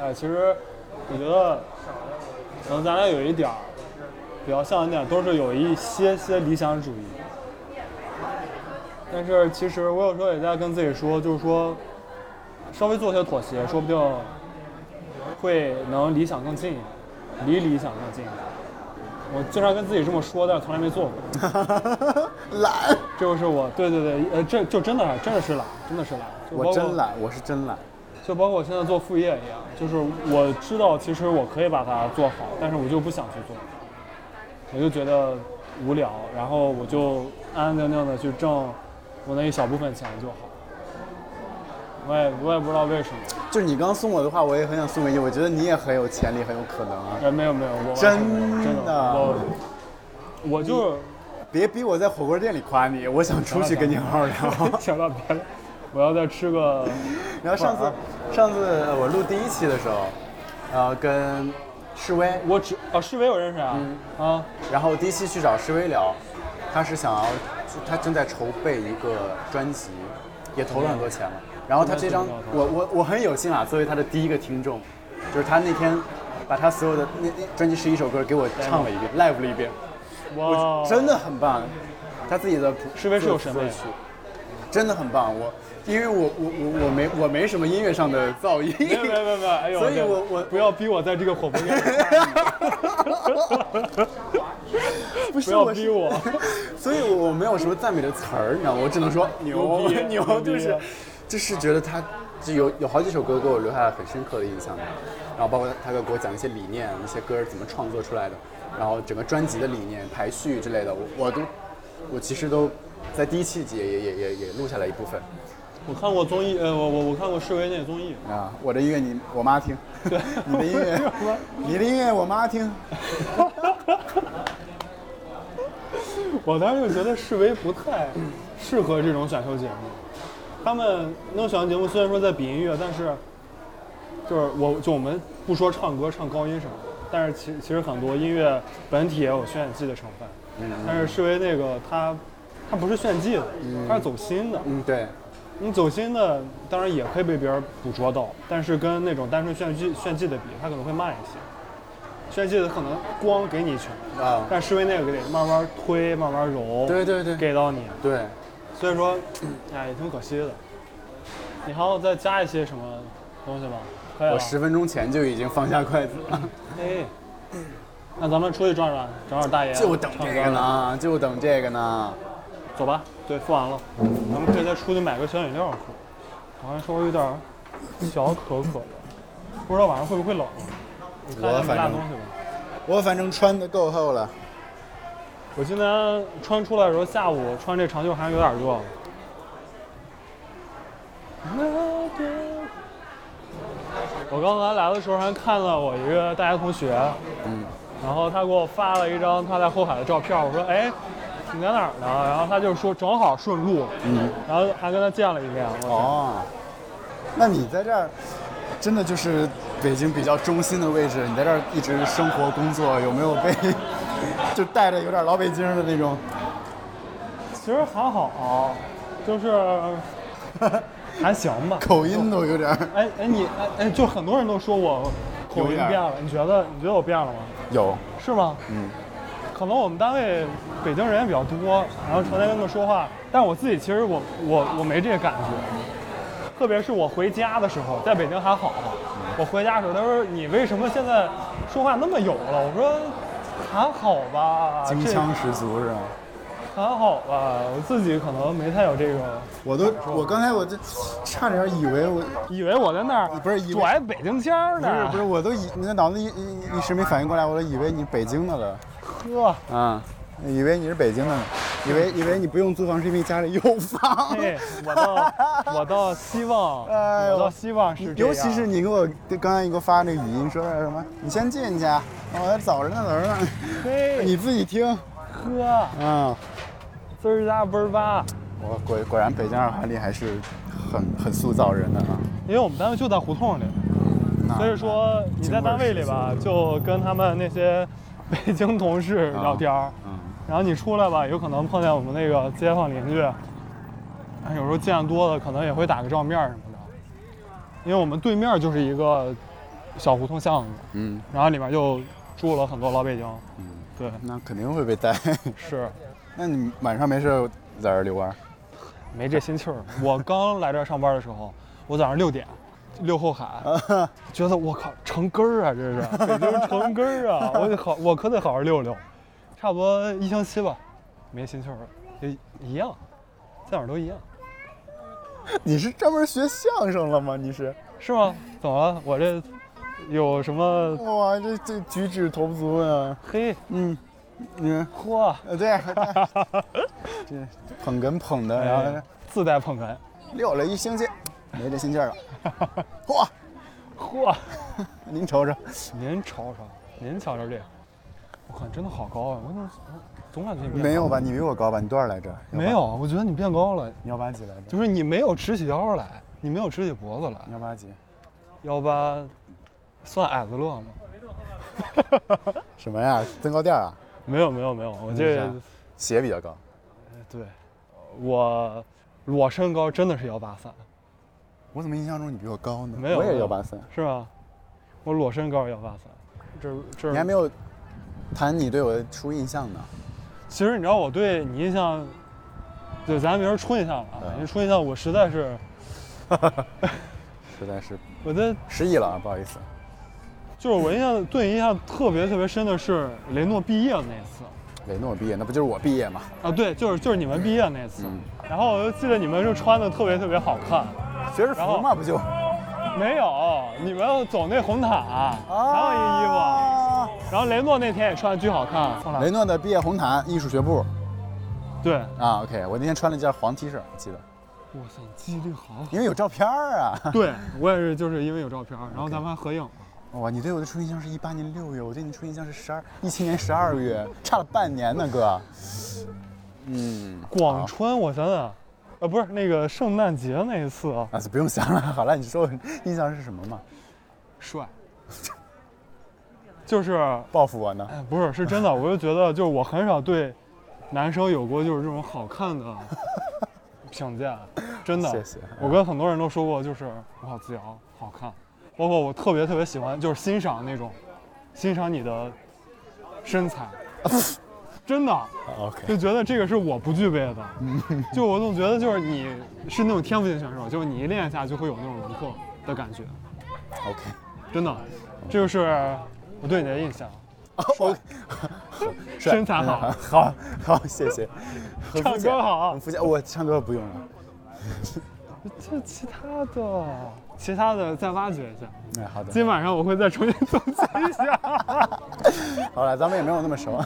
S4: 哎，其实我觉得，可能咱俩有一点儿比较像一点，都是有一些些理想主义。但是其实我有时候也在跟自己说，就是说，稍微做些妥协，说不定会能理想更近一点，离理想更近一点。我经常跟自己这么说，但是从来没做过。
S1: <laughs> 懒，
S4: 这就是我，对对对，呃，这就真的真的是懒，真的是懒。就
S1: 我
S4: 包括
S1: 真懒，我是真懒。
S4: 就包括我现在做副业一样，就是我知道其实我可以把它做好，但是我就不想去做，我就觉得无聊，然后我就安安静静的去挣我那一小部分钱就好。我也我也不知道为什么，
S1: 就是你刚送我的话，我也很想送给你。我觉得你也很有潜力，很有可能啊！
S4: 哎，没有没有，我完全
S1: 真
S4: 没有真
S1: 的
S4: 我我就。
S1: 别逼我在火锅店里夸你，我想出去跟你好好聊
S4: <laughs> 想到别的，我要再吃个
S1: <laughs> 然后上次，上次呃我录第一期的时候，呃，跟示威，
S4: 我只啊，世维我认识啊、
S1: 嗯
S4: 啊，
S1: 然后第一期去找示威聊，他是想要，他正在筹备一个专辑，也投了很多钱了。然后他这张
S4: 应该是，
S1: 我我我很有幸啊，作为他的第一个听众，就是他那天把他所有的那那专辑十一首歌给我唱了一遍，live
S4: 哦
S1: 了一遍，
S4: 哇，
S1: 真的很棒。他自己的谱
S4: 哦世威是有审美的，
S1: 真的很棒。我因为我我我我没我没什么音乐上的造诣，
S4: 没有没有没有没有，哎呦，
S1: 所以
S4: 这
S1: 我我
S4: 不要逼我在这个火锅
S1: <laughs>
S4: 店里看
S1: 不
S4: 你，不
S1: 是
S4: 要
S1: 我
S4: 逼
S1: 是
S4: 我，
S1: 所以我没有什么赞美的词儿，你知道吗？我只能说牛
S4: 牛逼
S1: 牛，啊
S4: 牛逼
S1: 就是就是觉得他就有有好几首歌给我留下了很深刻的印象，然后包括他给我讲一些理念，一些歌怎么创作出来的，然后整个专辑的理念、排序之类的，我我都我其实都在第一期也也也也也录下来一部分
S4: 我看过综艺，呃，我我我看过世维那个综艺，
S1: 啊。我的音乐你我妈听， <laughs> 你的音乐你的音乐我妈听，
S4: 我当时就觉得世维不太适合这种选秀节目，他们那种选秀节目虽然说在比音乐，但是就是我就我们不说唱歌唱高音什么的，但是其其实很多音乐本体也有炫技的成分，但是世维那个他他不是炫技的，他是走心的，
S1: 嗯对。
S4: 你走心的当然也可以被别人捕捉到，但是跟那种单纯炫技炫技的比，它可能会慢一些。炫技的可能光给你一拳，
S1: 啊，
S4: 但是为那个得慢慢推、慢慢揉，
S1: 对对对
S4: 给到你。
S1: 对，
S4: 所以说，哎，也挺可惜的。你还要再加一些什么东西吗？可以了。
S1: 我十分钟前就已经放下筷子了，
S4: 哎，那咱们出去转转，找找大爷。啊
S1: 就等这个
S4: 唱歌了。
S1: 呢，就等这个呢。
S4: 走吧，对，付完了，咱们可以再出去买个小饮料喝。我好像稍微有点儿小口渴了，不知道晚上会不会冷。你看一下没拿东西吧。
S1: 我反正穿的够厚了，
S4: 我今天穿出来的时候，下午穿这长袖还是有点热了。我刚才来的时候还看了我一个大学同学，然后他给我发了一张他在后海的照片，我说哎，你在哪儿呢？然后他就说正好顺路，
S1: 嗯
S4: 然后还跟他见了一面。我哎天
S1: 哦，那你在这儿真的就是北京比较中心的位置，你在这儿一直生活工作，有没有 <laughs> 被就带着有点老北京的那种？
S4: 其实还好，就是
S1: 哦
S4: 还行吧。
S1: 口音都有点儿
S4: 哎哎，你哎哎，就很多人都说我口
S1: 有
S4: 音
S1: 点儿
S4: 变了，你觉得你觉得我变了吗？
S1: 有，
S4: 是吗？
S1: 嗯，
S4: 可能我们单位北京人也比较多，然后成天跟他们说话，但我自己其实我我我没这个感觉，特别是我回家的时候，在北京还好，
S1: 嗯
S4: 我回家的时候他说你为什么现在说话那么有了？我说还好吧，
S1: <laughs> 京腔十足是吧？
S4: 这还好吧，我自己可能没太有这个，
S1: 我都我刚才我这差点以为我
S4: 以为我在那儿
S1: 不是以为
S4: 拽北京腔儿
S1: 不是
S4: 呢，
S1: 不是，我都以你的脑子一一一时没反应过来，我都以为你北京的了。
S4: 是呵。
S1: 啊，以为你是北京的呢，以为以为你不用租房是因为家里有房。
S4: 嗯嘿，我
S1: <laughs>
S4: 倒我倒希望，
S1: 哎呦
S4: 我倒希望是这
S1: 尤
S4: 样，
S1: 其是你给我刚才你给我发那个语音说什么，你先进去，啊我在走着呢，走着呢，
S4: 嘿，
S1: 你自己听
S4: 呵，
S1: 啊。
S4: 滋儿啦嘣儿吧，
S1: 我果果然北京二环里还是很很塑造人的啊。
S4: 因为我们单位就在胡同里，
S1: 那
S4: 所以说你在单位里吧，就跟他们那些 <laughs> 北京同事聊天儿，
S1: 嗯，
S4: 然后你出来吧，有可能碰见我们那个街坊邻居，哎有时候见多了，可能也会打个照面儿什么的，因为我们对面就是一个小胡同巷子，
S1: 嗯，
S4: 然后里面就住了很多老北京，嗯，对，
S1: 那肯定会被逮。
S4: 是。
S1: <laughs> 那你晚上没事在这儿遛弯儿？ <laughs>
S4: 没这心气儿。 <laughs> 我刚来这儿上班的时候，我早上六点遛后海， <laughs> 觉得我靠成根儿啊，这是北京成根儿啊，我得好，我可得好好遛遛。差不多一星期吧，没新趣儿了，就一样，在哪儿都一样，
S1: 你是专门学相声了吗？你是？
S4: 是吗？怎么了？我这有什么？
S1: 哇，这这举止投足啊，
S4: 嘿，
S1: 嗯，嗯，
S4: 嚯，
S1: 呃，对，啊这捧哏捧的，然
S4: 哎
S1: 后
S4: 自带捧哏，
S1: 溜了一星期，没这心劲儿 <laughs> 了。嚯，
S4: <laughs> 嚯，
S1: 您瞅瞅，
S4: 您瞅瞅，您瞧瞧这个，我靠，你真的好高啊！我怎么总感觉你变高
S1: 没有吧？？你比我高吧？你多少来着？
S4: 没有，我觉得你变高了，
S1: 幺八，幺八几来着？
S4: 就是你没有直起腰来，你没有直起脖子来。
S1: 幺八几？
S4: 幺八算矮子乐吗？
S1: 什么呀？增高垫儿啊？
S4: 没有没有没有，我
S1: 没
S4: 这
S1: 啥鞋比较高，
S4: 对，我我身高真的是幺八三，
S1: 我怎么印象中你比我高呢？
S4: 没有
S1: 我也
S4: 没有
S1: 幺八三。
S4: 是吗？我裸身高幺八三，这这
S1: 你还没有谈你对我的初印象呢。
S4: 其实你知道我对你印象，对，咱明儿初印象了啊，
S1: 嗯
S4: 因为初印象我实在是，
S1: 实在是
S4: 我的
S1: 失忆了啊，不好意思。
S4: 就是我印象对你印象特别特别深的是雷诺毕业的那次
S1: 雷诺毕业，那不就是我毕业吗？
S4: 啊，对，就是就是你们毕业那次，
S1: 嗯
S4: 然后我就记得你们就穿的特别特别好看，
S1: 学士服嘛，不就？
S4: 没有，你们走那红毯，
S1: 哦
S4: 哪有一衣服啊？然后雷诺那天也穿的巨好看，后
S1: 雷
S4: 来
S1: 诺的毕业红毯艺术学部
S4: 对，
S1: 啊，OK，我那天穿了一件黄 T 恤，记得，
S4: 哇塞，记忆力好好。
S1: 因为有照片儿啊。 <laughs>
S4: 对我也是，就是因为有照片，然后咱们还合影了。
S1: 哇，你对我的初印象是一八年六月，我对你的初印象是十二一七年十二月，差了半年呢，哥。嗯，
S4: 广川，我想想，呃，不是那个圣诞节那一次啊，
S1: 啊，不用想了，好了，你说我印象是什么嘛？
S4: 帅，就是，
S1: 报复我呢？
S4: 哎，不是，是真的，我就觉得，就是我很少对男生有过就是这种好看的评价，真的。
S1: 谢谢
S4: 我跟很多人都说过，就是我好自豪，好看，包括我特别特别喜欢，就是欣赏那种，欣赏你的身材，真的
S1: 啊 OK，
S4: 就觉得这个是我不具备
S1: <laughs>
S4: 的。就我总觉得就是你是那种天赋型选手，就是你一练下就会有那种轮廓的感觉，
S1: OK，
S4: 真的，这就是我对你的印象。
S1: 哦，OK，帅
S4: 身材好
S1: <laughs> 好好，谢谢。很肤
S4: 唱
S1: 浅
S4: 歌好
S1: 很肤浅，我唱歌不用了。
S4: 这其他的，其他的再挖掘一下。
S1: 哎，好的。
S4: 今晚上我会再重新总结一下。
S1: 好了，咱们也没有那么
S4: <laughs>
S1: 熟。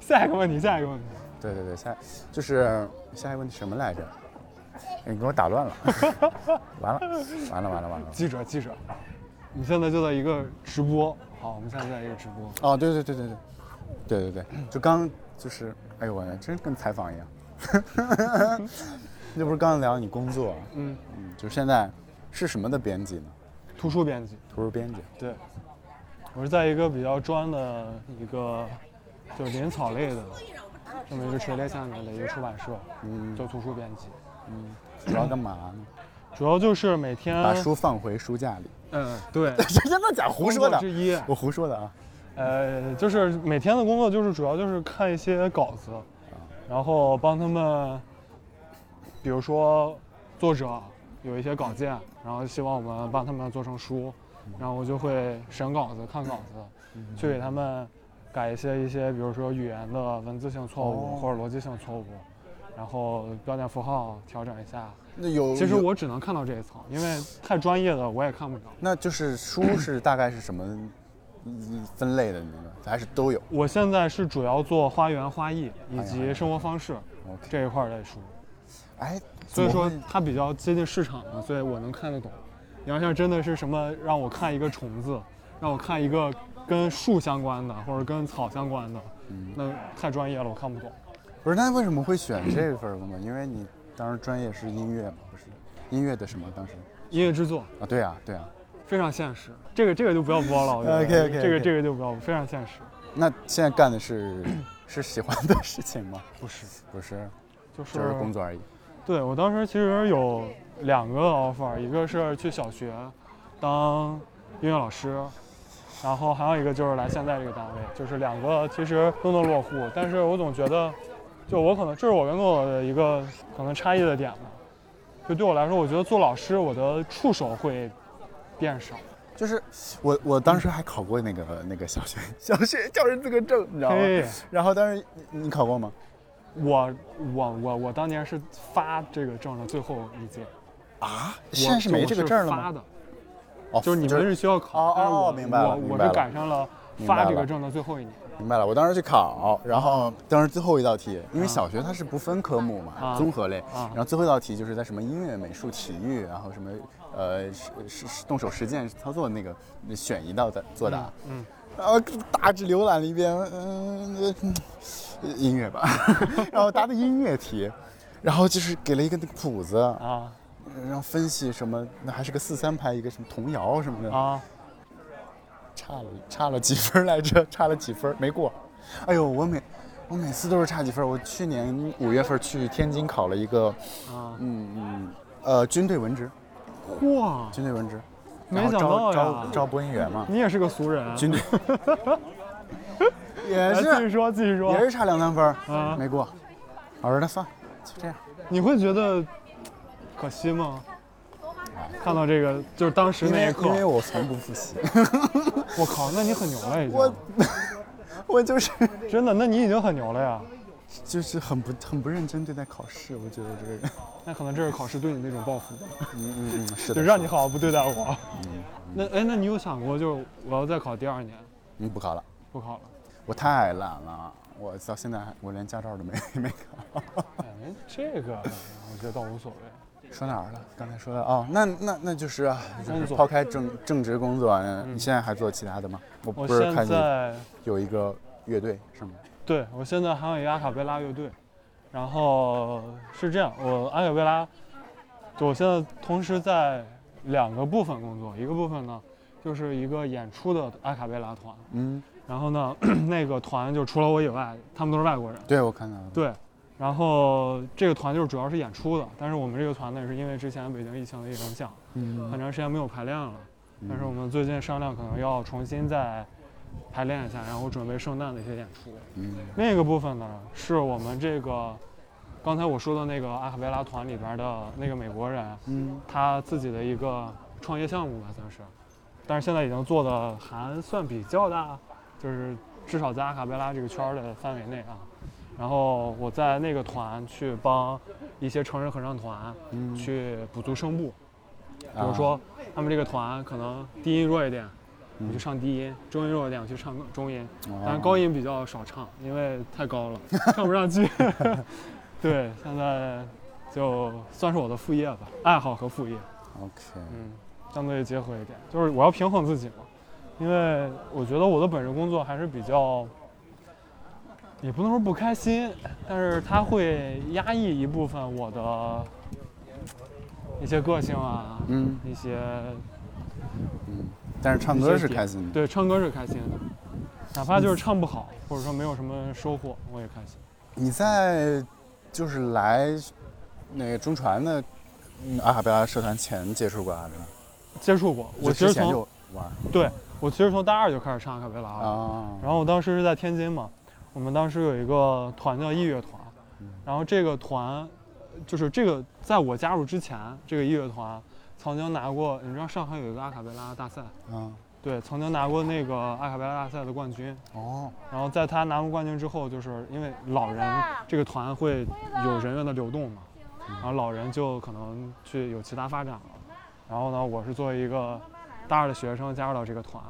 S4: 下一个问题，下一个问题。
S1: 对对对，下就是下一个问题什么来着？哎你给我打乱了， <laughs> 完了，完了，完了，完了。
S4: 记者，记者，嗯你现在就在一个直播。好，我们现在在一个直播。
S1: 哦，对对对对对，对对对，就刚就是，哎呦我真跟采访一样。 <laughs> 那不是刚聊你工作，
S4: 嗯，
S1: 嗯，就是现在是什么的编辑呢？
S4: 图书编辑。
S1: 图书编辑。
S4: 对，我是在一个比较专的一个，就是林草类的这么一个垂类下面的一个出版社，
S1: 嗯，
S4: 叫图书编辑。
S1: 主要干嘛呢？
S4: 主要就是每天
S1: 把，书放回书架里。
S4: 嗯，对，
S1: <laughs> 真的假？胡说
S4: 工作
S1: 的
S4: 之，一，
S1: 我胡说的啊。
S4: 呃，就是每天的工作就是主要就是看一些稿子，然后帮他们，比如说作者有一些稿件，然后希望我们帮他们做成书，然后我就会审稿子、看稿子，去给他们改一些一些，比如说语言的文字性错误
S1: 哦
S4: 或者逻辑性错误，然后标点符号调整一下。
S1: 那有，
S4: 其实
S1: 哦有
S4: 我只能看到这一层，因为太专业的我也看不着。
S1: 那就是书是大概是什么嗯分类的？你们还是都有
S4: 我现在是主要做花园花艺以
S1: 花园
S4: 及生活方式
S1: ？OK，
S4: 这一块儿的书。
S1: 哎，
S4: 所
S1: 怎
S4: 以
S1: 么
S4: 说
S1: 会
S4: 它比较接近市场嘛，所以我能看得懂。你要像真的是什么让我看一个虫子，让我看一个跟树相关的或者跟草相关的，
S1: 嗯
S4: 那太专业了，我看不懂。
S1: 不是那为什么会选这份工作？因为你当时专业是音乐嘛，不是音乐的什么？当时
S4: 音乐制作
S1: 啊，对啊，对啊。
S4: 非常现实，这个这个就不要播了，我觉得
S1: OK，OK，OK
S4: 这个这个就不要播，非常现实，
S1: 那现在干的
S4: <clears throat>
S1: 是是喜欢的事情吗？
S4: 不是，
S1: 不是，
S4: 就是
S1: 就是工。作而已。
S4: 对我当时其实有两个 offer，一个是去小学当音乐老师，然后还有一个就是来现在这个单位，就是两个其实都能落户，但是我总觉得，就我可能这是我跟我的一个可能差异的点吧，就对我来说，我觉得做老师我的触手会变少，
S1: 就是我我当时还考过那个那个小学小学教师资格证，你知道吗
S4: 嘿？
S1: 然后当时你你考过吗？
S4: 我我我我当年是发这个证的最后一届，
S1: 啊，
S4: 我
S1: 现在是没这个证了
S4: 我是发
S1: 吗？
S4: 的，
S1: 哦，
S4: <laughs> 就是你们是需要考
S1: 哦，
S4: 但是
S1: 哦
S4: 我
S1: 明白了
S4: 我
S1: 明
S4: 我
S1: 白
S4: 是
S1: 了
S4: 赶上了
S1: 明白
S4: 发这
S1: 了
S4: 个证的最后一年
S1: 明白了，我当时去考，然后当时最后一道题，因为小学它是不分科目嘛，
S4: 哦嗯啊
S1: 综合类，
S4: 啊
S1: 然后最后一道题就是在什么音乐、美术、体育，然后什么呃实实实动手实践操作那个选一道的作答，
S4: 嗯嗯
S1: 然后大致浏览了一遍，嗯、呃音乐吧， <laughs> 然后答的音乐题，然后就是给了一个那个谱子，
S4: 啊
S1: 然后分析什么，那还是个四三拍，一个什么童谣什么的，
S4: 啊！
S1: 差了差了几分来着？差了几分没过？哎呦，我每我每次都是差几分。我去年五月份去天津考了一个，
S4: 啊
S1: 嗯嗯，呃，军队文职，
S4: 嚯，
S1: 军队文职，
S4: 没
S1: 然后
S4: 想到
S1: 招
S4: 呀
S1: 招招播音员嘛，
S4: 你也是个俗人，
S1: 军队 <laughs> 也
S4: 来继续
S1: 是
S4: 说继续说
S1: 也，是差两三分
S4: 啊
S1: 没过。我说那算了，就这样。
S4: 你会觉得可惜吗？看到这个就是当时
S1: 因
S4: 那一
S1: 为
S4: 刻
S1: 因，为我从不复习， <laughs>
S4: 我靠，那你很牛了已
S1: 我
S4: 经，
S1: <laughs> 我就是
S4: 真的，那你已经很牛了呀。
S1: 就是很不很不认真对待考试，我觉得这个人，
S4: 那可能这是考试对你那种报复，
S1: 嗯嗯嗯，是
S4: 就
S1: 的，
S4: 让
S1: 是
S4: 你
S1: 的，
S4: 好好不对待我。那哎，那你有想过，就是我要再考第二年
S1: 嗯，不考了。
S4: 不考了？
S1: 我太懒了，我到现在还我连驾照都没 <laughs> 没考。
S4: 哎，这个我觉得倒无所谓。
S1: 说哪儿了？刚才说的哦，那那那就是啊，就是
S4: 工作
S1: 抛开正正职工作，嗯你现在还做其他的吗？我
S4: 我
S1: 不是看
S4: 现
S1: 你
S4: 在
S1: 有一个乐队是吗？
S4: 对我现在还有一个阿卡贝拉乐队，然后是这样，我阿卡贝拉，就我现在同时在两个部分工作，一个部分呢就是一个演出的阿卡贝拉团，
S1: 嗯，
S4: 然后呢 <clears throat> 那个团就除了我以外，他们都是外国人。
S1: 对，我看到了。
S4: 对，然后这个团就是主要是演出的，但是我们这个团呢，也是因为之前北京疫情的影响，
S1: 嗯，
S4: 很长时间没有排练了。
S1: 嗯
S4: 但是我们最近商量，可能要重新再排练一下，然后准备圣诞的一些演出。
S1: 嗯
S4: 另一个部分呢，是我们这个刚才我说的那个阿卡贝拉团里边的那个美国人，
S1: 嗯
S4: 他自己的一个创业项目吧，算是，但是现在已经做的还算比较大，就是至少在阿卡贝拉这个圈儿的范围内啊。然后我在那个团去帮一些成人合唱团
S1: 嗯，啊
S4: 去补足声部，比
S1: 比
S4: 如说他们这个团可能低音弱一点，我
S1: 嗯
S4: 就上低音；中音弱一点，我去唱中音。但
S1: 啊
S4: 是高音比较少唱，因为太高了， <laughs> 唱不上去。对，现在就算是我的副业吧，爱好和副业，
S1: OK，
S4: 嗯，相对结合一点，就是我要平衡自己嘛，因为我觉得我的本职工作还是比较，也不能说不开心，但是它会压抑一部分我的一些个性啊，
S1: 嗯
S4: 一些
S1: 嗯，但是唱
S4: 一
S1: 歌
S4: 些
S1: 是
S4: 点
S1: 开心的。
S4: 对，唱歌是开心的，哪怕就是唱不好，或者说没有什么收获，我也开心。
S1: 你在就是来那个中传的嗯阿卡贝拉社团前接触过阿卡贝拉吗？
S4: 接触过，我
S1: 就
S4: 其
S1: 之
S4: 实
S1: 前
S4: 从啊
S1: 就玩
S4: 对我其实从大二就开始唱阿卡贝拉了。
S1: 啊，
S4: 然后我当时是在天津嘛，我们当时有一个团叫艺乐团，
S1: 嗯
S4: 然后这个团就是这个在我加入之前，这个艺乐团曾经拿过，你知道上海有一个阿卡贝拉大赛，
S1: 嗯
S4: 对，曾经拿过那个阿卡贝拉大赛的冠军。
S1: 哦。
S4: 然后在他拿过冠军之后，就是因为老人这个团会有人员的流动嘛，然后老人就可能去有其他发展了。然后呢，我是作为一个大二的学生加入到这个团，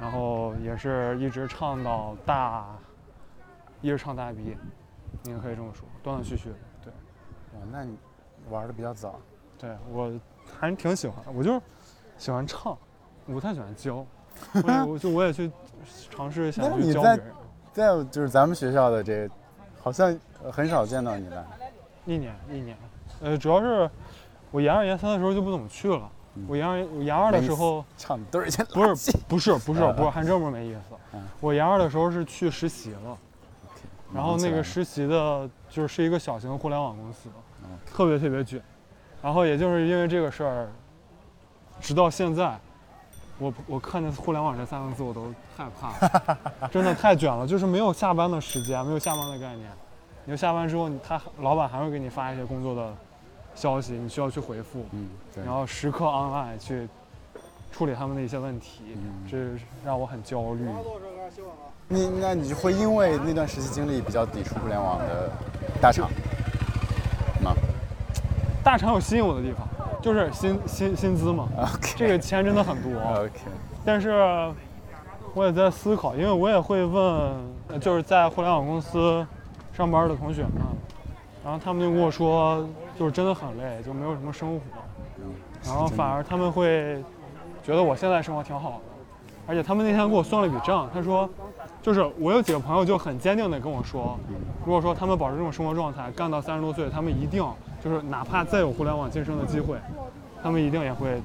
S4: 然后也是一直唱到大，一直唱大毕业，你也可以这么说，断断续续的。对，
S1: 哇，那你玩的比较早，
S4: 对我还是挺喜欢的，我就是喜欢唱，我不太喜欢教。 <laughs> 我也我就我也去尝试一下
S1: 那
S4: 去
S1: 你
S4: 教别
S1: 在
S4: 人，
S1: 在就是咱们学校的这，好像呃很少见到你来。
S4: 一年一年，呃，主要是我研二研三的时候就不怎么去了。
S1: 嗯
S4: 我研二我研二的时候
S1: 唱对儿去了。
S4: 不是
S1: <laughs>
S4: 不是不是
S1: 啊
S4: 不是，还真不是没意思
S1: 啊。
S4: 我研二的时候是去实习了，然后那个实习的就是一个小型互联网公司，特别特别卷。然后也就是因为这个事儿，直到现在，我我看见“互联网”这三个字我都害怕了，真的太卷了，就是没有下班的时间，没有下班的概念。你就下班之后，你他老板还会给你发一些工作的消息，你需要去回复，
S1: 嗯，对
S4: 然，后时刻 online 去处理他们的一些问题，这让我很焦虑。
S1: 你那你会因为那段实习经历比较抵触互联网的大厂吗
S4: 大厂有吸引我的地方，就是薪薪薪资嘛，
S1: ？OK
S4: 这个钱真的很多。
S1: OK，
S4: 但是我也在思考，因为我也会问，呃就是在互联网公司上班的同学们，然后他们就跟我说，就是真的很累，就没有什么生活，然后反而他们会觉得我现在生活挺好的。而且他们那天给我算了一笔账，他说，就是我有几个朋友就很坚定的跟我说，如果说他们保持这种生活状态，干到三十多岁，他们一定就是哪怕再有互联网晋升的机会，他们一定也会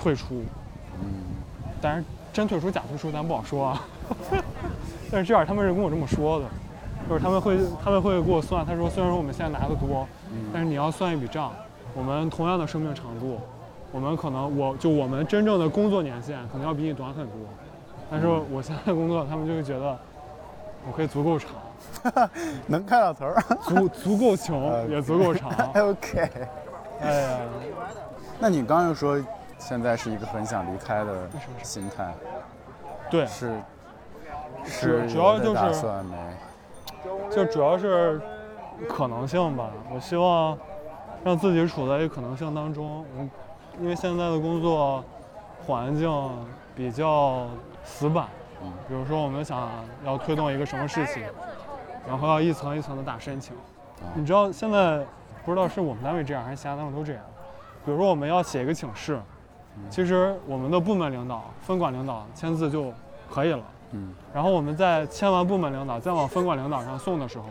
S4: 退出。但是真退出假退出咱不好说啊。 <laughs> 但是这样他们是跟我这么说的，就是他们会他们会给我算，他说虽然说我们现在拿的多，但是你要算一笔账，我们同样的生命长度，我们可能我就我们真正的工作年限可能要比你短很多，但是我现在工作，他们就会觉得我可以足 <laughs> 够长，
S1: 能看到头儿。
S4: 足足够穷也足够长，
S1: OK，
S4: <laughs> 哎呀，
S1: 那你刚刚又说现在是一个很想离开的心态，
S4: 对，
S1: 是
S4: 是
S1: 是
S4: 主要
S1: 有的
S4: 就是
S1: 打算没？
S4: 就主要是可能性吧。我希望让自己处在一个可能性当中。嗯，因为现在的工作环境比较死板，比如说我们想要推动一个什么事情，然后要一层一层的打申请。你知道现在不知道是我们单位这样还是其他单位都这样？比如说我们要写一个请示，其实我们的部门领导、分管领导签字就可以了。然后我们在签完部门领导，再往分管领导上送的时候，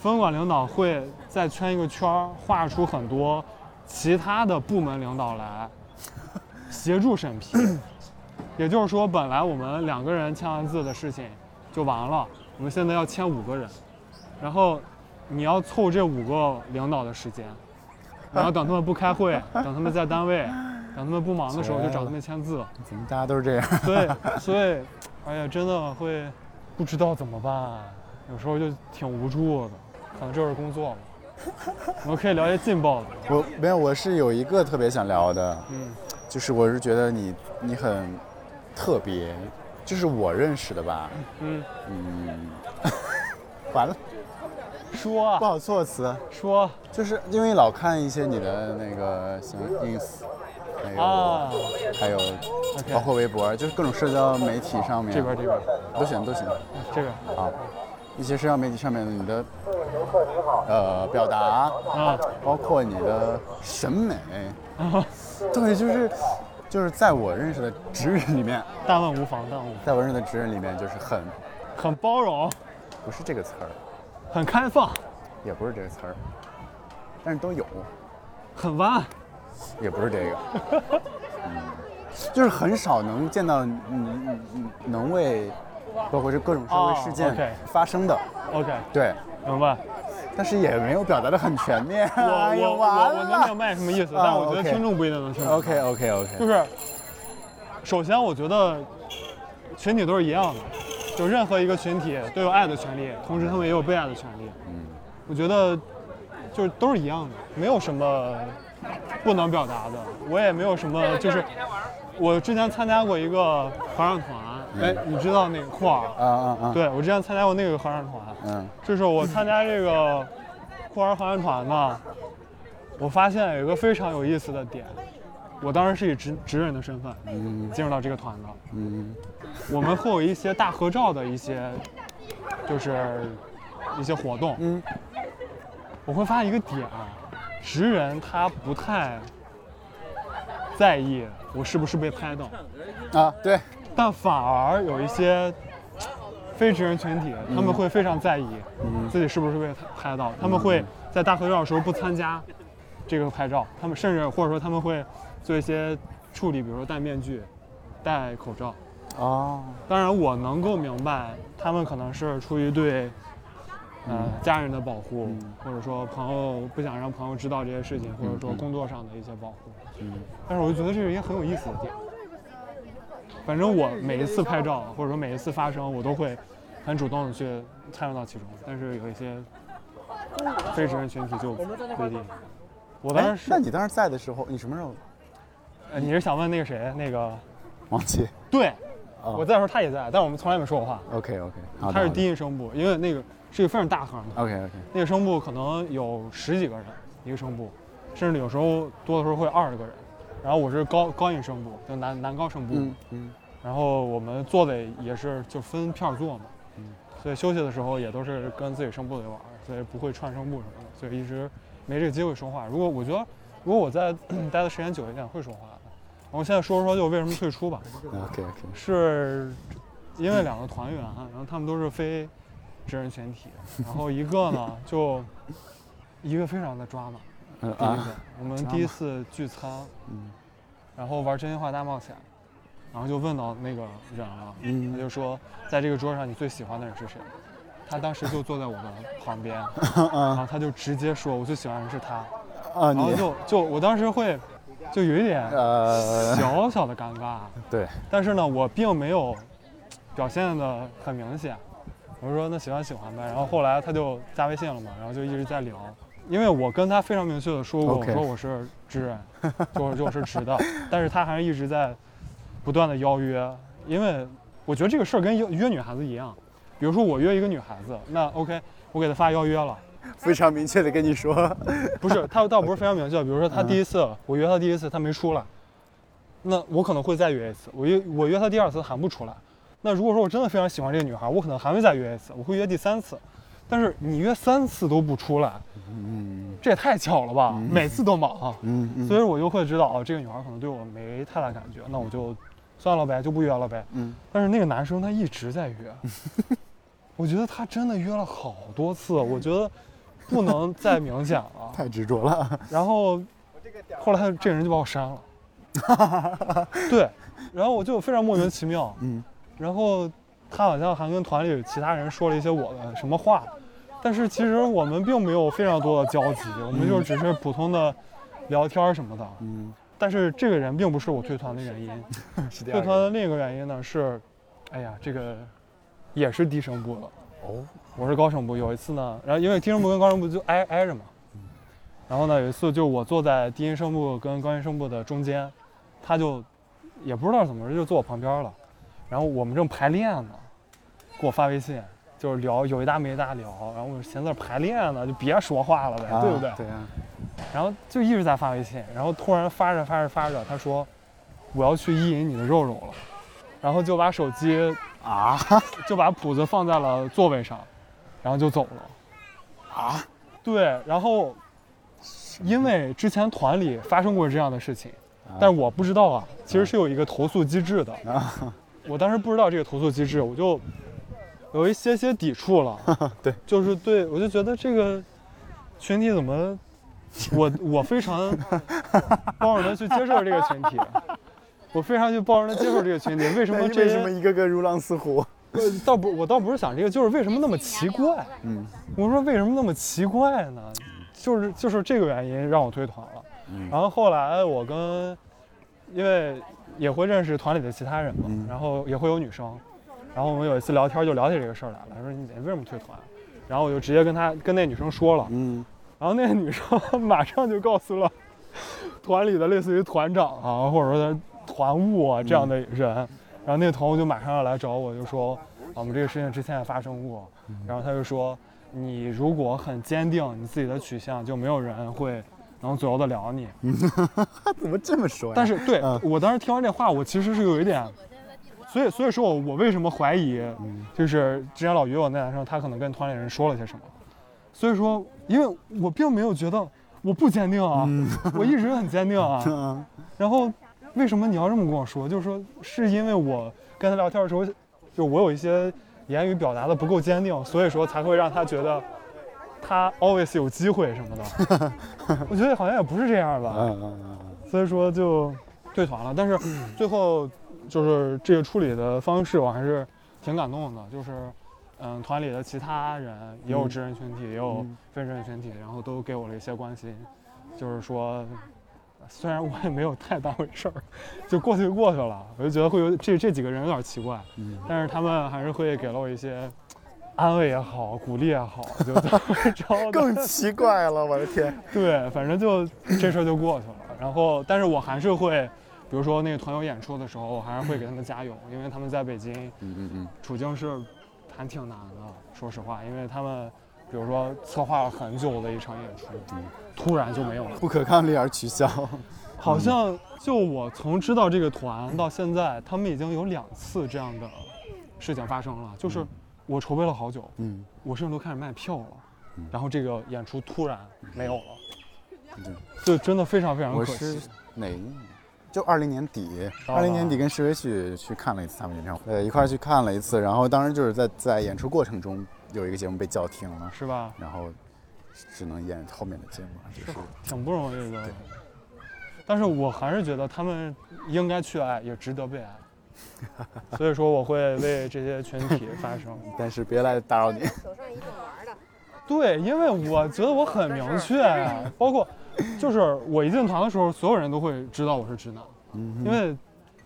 S4: 分管领导会再圈一个圈儿，画出很多其他的部门领导来协助审批。也就是说，本来我们两个人签完字的事情就完了，我们现在要签五个人，然后你要凑这五个领导的时间，然后等他们不开会，等他们在单位，等他们不忙的时候就找他们签字。
S1: 怎么大家都是这样？
S4: 对，所以，哎呀，真的会不知道怎么办，有时候就挺无助的，可能这就是工作吧。我们可以聊一些劲爆的，
S1: 我没有，我是有一个特别想聊的，
S4: 嗯
S1: 就是我是觉得你你很特别，就是我认识的吧，
S4: 嗯，
S1: 嗯， <laughs> 完了，
S4: 说
S1: 不
S4: 啊
S1: 好措辞，
S4: 说啊
S1: 就是因为老看一些你的那个像 ins，还有、
S4: 啊
S1: 还有
S4: ，OK，
S1: 包括微博，就是各种社交媒体上面
S4: 这边这边
S1: 都行都行，
S4: 这边
S1: 一些社交媒体上面的你的呃表达，
S4: 啊，
S1: 包括你的审美，对，就是就是在我认识的直人里面，
S4: <laughs> 大问无妨，大问无妨，
S1: 在我认识的直人里面，就是很
S4: 很包容，
S1: 不是这个词儿，
S4: 很开放，
S1: 也不是这个词儿，但是都有，
S4: 很弯，
S1: 也不是这个，嗯，就是很少能见到你你你能为包括这各种社会事
S4: 哦，OK
S1: 件发生的，
S4: OK，
S1: 对，
S4: 明白。
S1: 但是也没有表达的很全面，
S4: 我
S1: <laughs> 哎呀
S4: 我我我能明白什么意思，但是我觉得
S1: 啊 OK
S4: 听众不一定能听懂。
S1: OK OK
S4: 就
S1: OK，
S4: 是，首先我觉得群体都是一样的，就任何一个群体都有爱的权利，同时他们也有被爱的权利。嗯，我觉得就是都是一样的，没有什么不能表达的，我也没有什么就是。我之前参加过一个合唱团，哎，你知道那个库尔？
S1: 啊啊啊，
S4: 对，我之前参加过那个合唱团，
S1: 嗯
S4: 就是我参加这个酷儿合唱团呢，我发现有一个非常有意思的点，我当时是以职职人的身份进入到这个团的，
S1: 嗯
S4: 我们会有一些大合照的一些，就是一些活动，
S1: 嗯，
S4: 我会发现一个点啊，职人他不太在意我是不是被拍到，
S1: 啊对，
S4: 但反而有一些非职人群体，他们会非常在意
S1: 嗯
S4: 自己是不是被拍到，他们会在大合照的时候不参加这个拍照，他们甚至或者说他们会做一些处理，比如说戴面具、戴口罩。
S1: 哦，
S4: 当然，我能够明白他们可能是出于对。呃，家人的保护，或者说朋友不想让朋友知道这些事情，或者说工作上的一些保护，但是我就觉得这是一个很有意思的点。反正我每一次拍照，或者说每一次发声，我都会很主动的去参与到其中。但是有一些非职业群体就规定。我当
S1: 哎
S4: 时，是
S1: 那，你当时在的时候，你什么时候？
S4: 呃你是想问那个谁，那个
S1: 忘记。
S4: 对， <laughs> 我在的时候他也在，但我们从来没说过话。
S1: OK OK，好的。
S4: 他是
S1: 好的
S4: 低音声部，因为那个是一个非常大行的，
S1: OK OK，
S4: 那个声部可能有十几个人一个声部，甚至有时候多的时候会二十个人。然后我是高高音声部，就男男高声部。
S1: 嗯嗯
S4: 然后我们坐的也是就分片坐嘛，
S1: 嗯
S4: 所以休息的时候也都是跟自己声部里玩，所以不会串声部什么的，所以一直没这个机会说话。如果我觉得，如果我在 <clears throat> 待的时间久一点，会说话的。我现在说说就为什么退出吧，
S1: ，OK OK，
S4: 是因为两个团员，然后他们都是非职人群体，然后一个呢就一个非常的抓马，
S1: 嗯
S4: 第一个
S1: 啊，
S4: 我们第一次聚餐，
S1: 嗯
S4: 然后玩真心话大冒险，然后就问到那个人了，他
S1: 嗯
S4: 就说，在这个桌上你最喜欢的人是谁？他当时就坐在我的旁边，然后他就直接说，我最喜欢的人是他，
S1: 啊
S4: 然后
S1: 你
S4: 嗯就就我当时会就有一点
S1: 呃
S4: 小小的尴尬，
S1: 对，
S4: 但是呢，我并没有表现的很明显，我就说那喜欢喜欢呗，然后后来他就加微信了嘛，然后就一直在聊。因为我跟他非常明确的说过
S1: OK
S4: 我说我是直人， <laughs> 就我就我是直的，但是他还是一直在不断的邀约，因为我觉得这个事儿跟约约女孩子一样，比如说我约一个女孩子，那 OK，我给她发邀约了，
S1: 非常明确的跟你说，<laughs>
S4: 不是，他倒不是非常明确。比如说，
S1: 嗯
S4: 他第一次，我约他第一次，他没出来，那我可能会再约一次。我约我约他第二次喊不出来，那如果说我真的非常喜欢这个女孩，我可能还会再约一次，我会约第三次。但是你约三次都不出来，
S1: 嗯
S4: 这也太巧了吧？每次都忙，
S1: 嗯嗯
S4: 所以我就会知道哦，这个女孩可能对我没太大感觉，那我就算了呗，就不约了呗。
S1: 嗯
S4: 但是那个男生他一直在
S1: <laughs>
S4: 约，我觉得他真的约了好多次，
S1: 嗯
S4: 我觉得不能再明显了。
S1: 太执着了，
S4: 然后后来他这个人就把我删了，对，然后我就非常莫名其妙，
S1: 嗯
S4: 然后他好像还跟团里其他人说了一些我的什么话，但是其实我们并没有非常多的交集，我们就只是普通的聊天儿什么的，
S1: 嗯，
S4: 但是这个人并不是我退团的原因，
S1: 是
S4: 退团的另一个原因呢是，哎呀，这个也是低声部的。
S1: 哦，
S4: 我是高声部。有一次呢，然后因为低声部跟高声部就挨挨着嘛，然后呢有一次就我坐在低音声部跟高音声部的中间，他就也不知道怎么回事就坐我旁边了，然后我们正排练呢，给我发微信。就是聊有一搭没一搭聊，然后我就寻思排练呢，就别说话了呗，
S1: 啊
S4: 对不对？
S1: 对啊，
S4: 然后就一直在发微信，然后突然发着发着发着，他说我要去意淫你的肉肉了，然后就把手机
S1: 啊
S4: 就把谱子放在了座位上，然后就走了。
S1: 啊，
S4: 对，然后因为之前团里发生过这样的事情，
S1: 啊
S4: 但是我不知道啊，其实是有一个投诉机制的。 <laughs> 我当时不知道这个投诉机制，我就有一些些抵触了。
S1: <laughs> 对，
S4: 就是对我就觉得这个群体怎么，我我
S1: <laughs>
S4: 非常包容的去接受这个群体，啊我非常去包容的接受这个群体，为什么
S1: 为
S4: 这
S1: 为
S4: 些
S1: 什么一个个如狼似虎？
S4: 呃倒不，我倒不是想这个，就是为什么那么奇怪？
S1: 嗯
S4: 我说为什么那么奇怪呢？就是就是这个原因让我退团了。
S1: 嗯
S4: 然后后来我跟，因为也会认识团里的其他人嘛，
S1: 嗯
S4: 然后也会有女生，然后我们有一次聊天就聊起这个事儿来了，她说你为什么退团？啊然后我就直接跟她跟那女生说了，
S1: 嗯，
S4: 然后那个女生马上就告诉了 <laughs> 团里的类似于团长啊，或者说团务啊这样的人，然后那个团务就马上要来找我，就说啊我们这个事情之前也发生过，然后他就说你如果很坚定你自己的取向，就没有人会能左右得了你。
S1: 他怎么这么说呀？
S4: 但是对、
S1: 嗯
S4: 我当时听完这话，我其实是有一点，所以所以说我我为什么怀疑，就是之前老于我那男生，他可能跟团里人说了些什么，所以说因为我并没有觉得我不坚定啊，我一直很坚定啊，
S1: <laughs> 嗯
S4: 然后为什么你要这么跟我说？就是说是因为我跟他聊天的时候，就我有一些言语表达的不够坚定，所以说才会让他觉得他 always 有机会什么的。我觉得好像也不是这样吧。
S1: 嗯
S4: <laughs>
S1: 嗯
S4: 所以说就退团了。但是最后就是这个处理的方式，我还是挺感动的。就是嗯，团里的其他人也有
S1: 嗯
S4: 职人群体，也有
S1: 嗯
S4: 非职人群体，然后都给我了一些关心，就是说。虽然我也没有太当回事儿， <laughs> 就过去就过去了。我就觉得会有这这几个人有点奇怪，
S1: 嗯
S4: 但是他们还是会给了我一些安慰也好，鼓励也好，就怎么着
S1: 嗯，更奇
S4: <laughs>
S1: 怪了，我的天！
S4: 对，反正就这事儿就过去了。然后，但是我还是会比如说那个团友演出的时候，我还是会给他们加油，因为他们在北京
S1: 嗯嗯嗯，
S4: 处境是还挺难的，说实话，因为他们比如说策划了很久的一场演出，突然就没有了。
S1: 不可抗力而取消。
S4: 好像就我从知道这个团到现在，他们已经有两次这样的事情发生了，就是我筹备了好久，
S1: 嗯，
S4: 我甚至都开始卖票了，然后这个演出突然没有了，
S1: 对，
S4: 就真的非常非常
S1: 嗯我
S4: 可
S1: 是
S4: 惜。
S1: 哪一年？就二零年底，
S4: 道
S1: 二
S4: 吧
S1: 零年底跟石维去去看了一次他们演唱会，对，一块儿去看了一次。然后当时就是在在演出过程中有一个节目被叫停了，
S4: 是吧？
S1: 然后只能演后面的节目，就是
S4: 挺不容易的。但是我还是觉得他们应该去爱，也值得被爱。所以说，我会为这些群体发声。
S1: 但是别来打扰你。
S6: 手上一定玩的，
S4: 对，因为我觉得我很明确，包括就是我一进团的时候，所有人都会知道我是直男，因为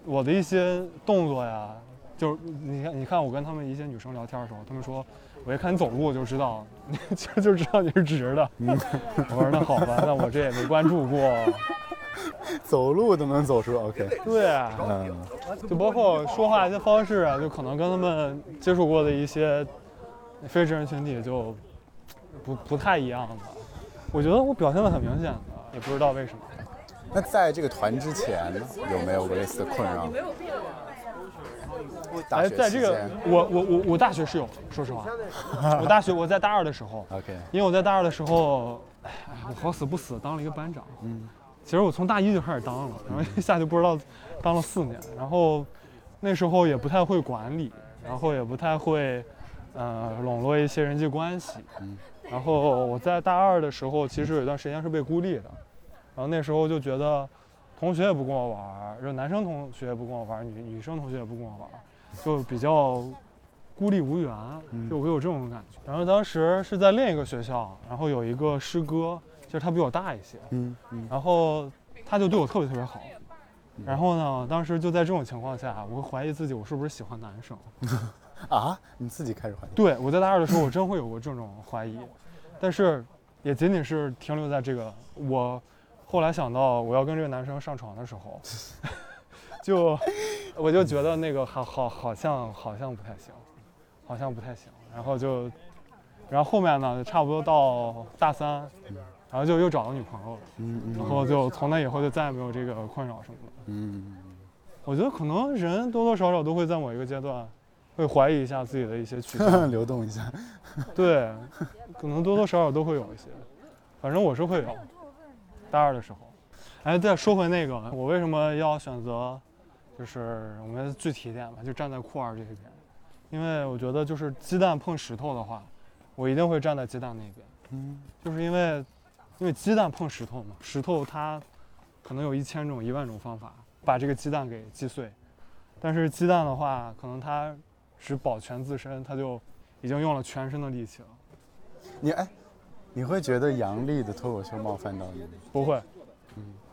S4: 我的一些动作呀，就是你看，你看我跟他们一些女生聊天的时候，他们说我一看你走路就知道， <laughs> 就就知道你是直的。我说那好吧，那我这也没关注过。
S1: 走路都能走出 OK，
S4: 对啊，
S1: 嗯，
S4: 就包括说话一些方式啊，就可能跟他们接触过的一些非直人群体就不不太一样了。我觉得我表现的很明显的，也不知道为什么。
S1: 那在这个团之前有没有过类似的困扰？大
S4: 哎，
S1: 学
S4: 在
S1: 期
S4: 这个
S1: 间
S4: 我我我我大学是有的，说实话，我大学我在大二的时候，
S1: ，OK，
S4: 因为我在大二的时候，哎，我好死不死当了一个班长。
S1: 嗯，
S4: 其实我从大一就开始当了，然后一下就不知道当了四年。然后那时候也不太会管理，然后也不太会，呃，笼络一些人际关系。
S1: 嗯
S4: 然后我在大二的时候，其实有一段时间是被孤立的。然后那时候就觉得，同学也不跟我玩儿，就男生同学也不跟我玩儿，女女生同学也不跟我玩儿，就比较孤立无援，就我有这种感觉。然后当时是在另一个学校，然后有一个师哥，其实他比我大一些，
S1: 嗯嗯，
S4: 然后他就对我特别特别好。然后呢，当时就在这种情况下，我会怀疑自己我是不是喜欢男生。
S1: 啊，你自己开始怀疑，
S4: 对我在大二的时候，我真会有过这种怀疑，但是也仅仅是停留在这个。我后来想到我要跟这个男生上床的时候，就我就觉得那个好好好像好像不太行，好像不太行。然后就，然后后面呢，差不多到大三，然后就又找到女朋友了，
S1: 嗯嗯
S4: 然后就从那以后就再也没有这个困扰什么的。
S1: 嗯，
S4: 我觉得可能人多多少少都会在某一个阶段，会怀疑一下自己的一些取向。
S1: 嗯流动一下，
S4: 对，可能多多少少都会有一些，反正我是会有。大二的时候，哎，再说回那个，我为什么要选择，就是我们具体一点吧，就站在酷儿这一边，因为我觉得就是鸡蛋碰石头的话，我一定会站在鸡蛋那边，
S1: 嗯
S4: 就是因为，因为鸡蛋碰石头嘛，石头它可能有一千种、一万种方法把这个鸡蛋给击碎，但是鸡蛋的话，可能它只保全自身，它就已经用了全身的力气了。
S1: 你哎，你会觉得杨笠的脱口秀冒犯到你吗？
S4: 不会，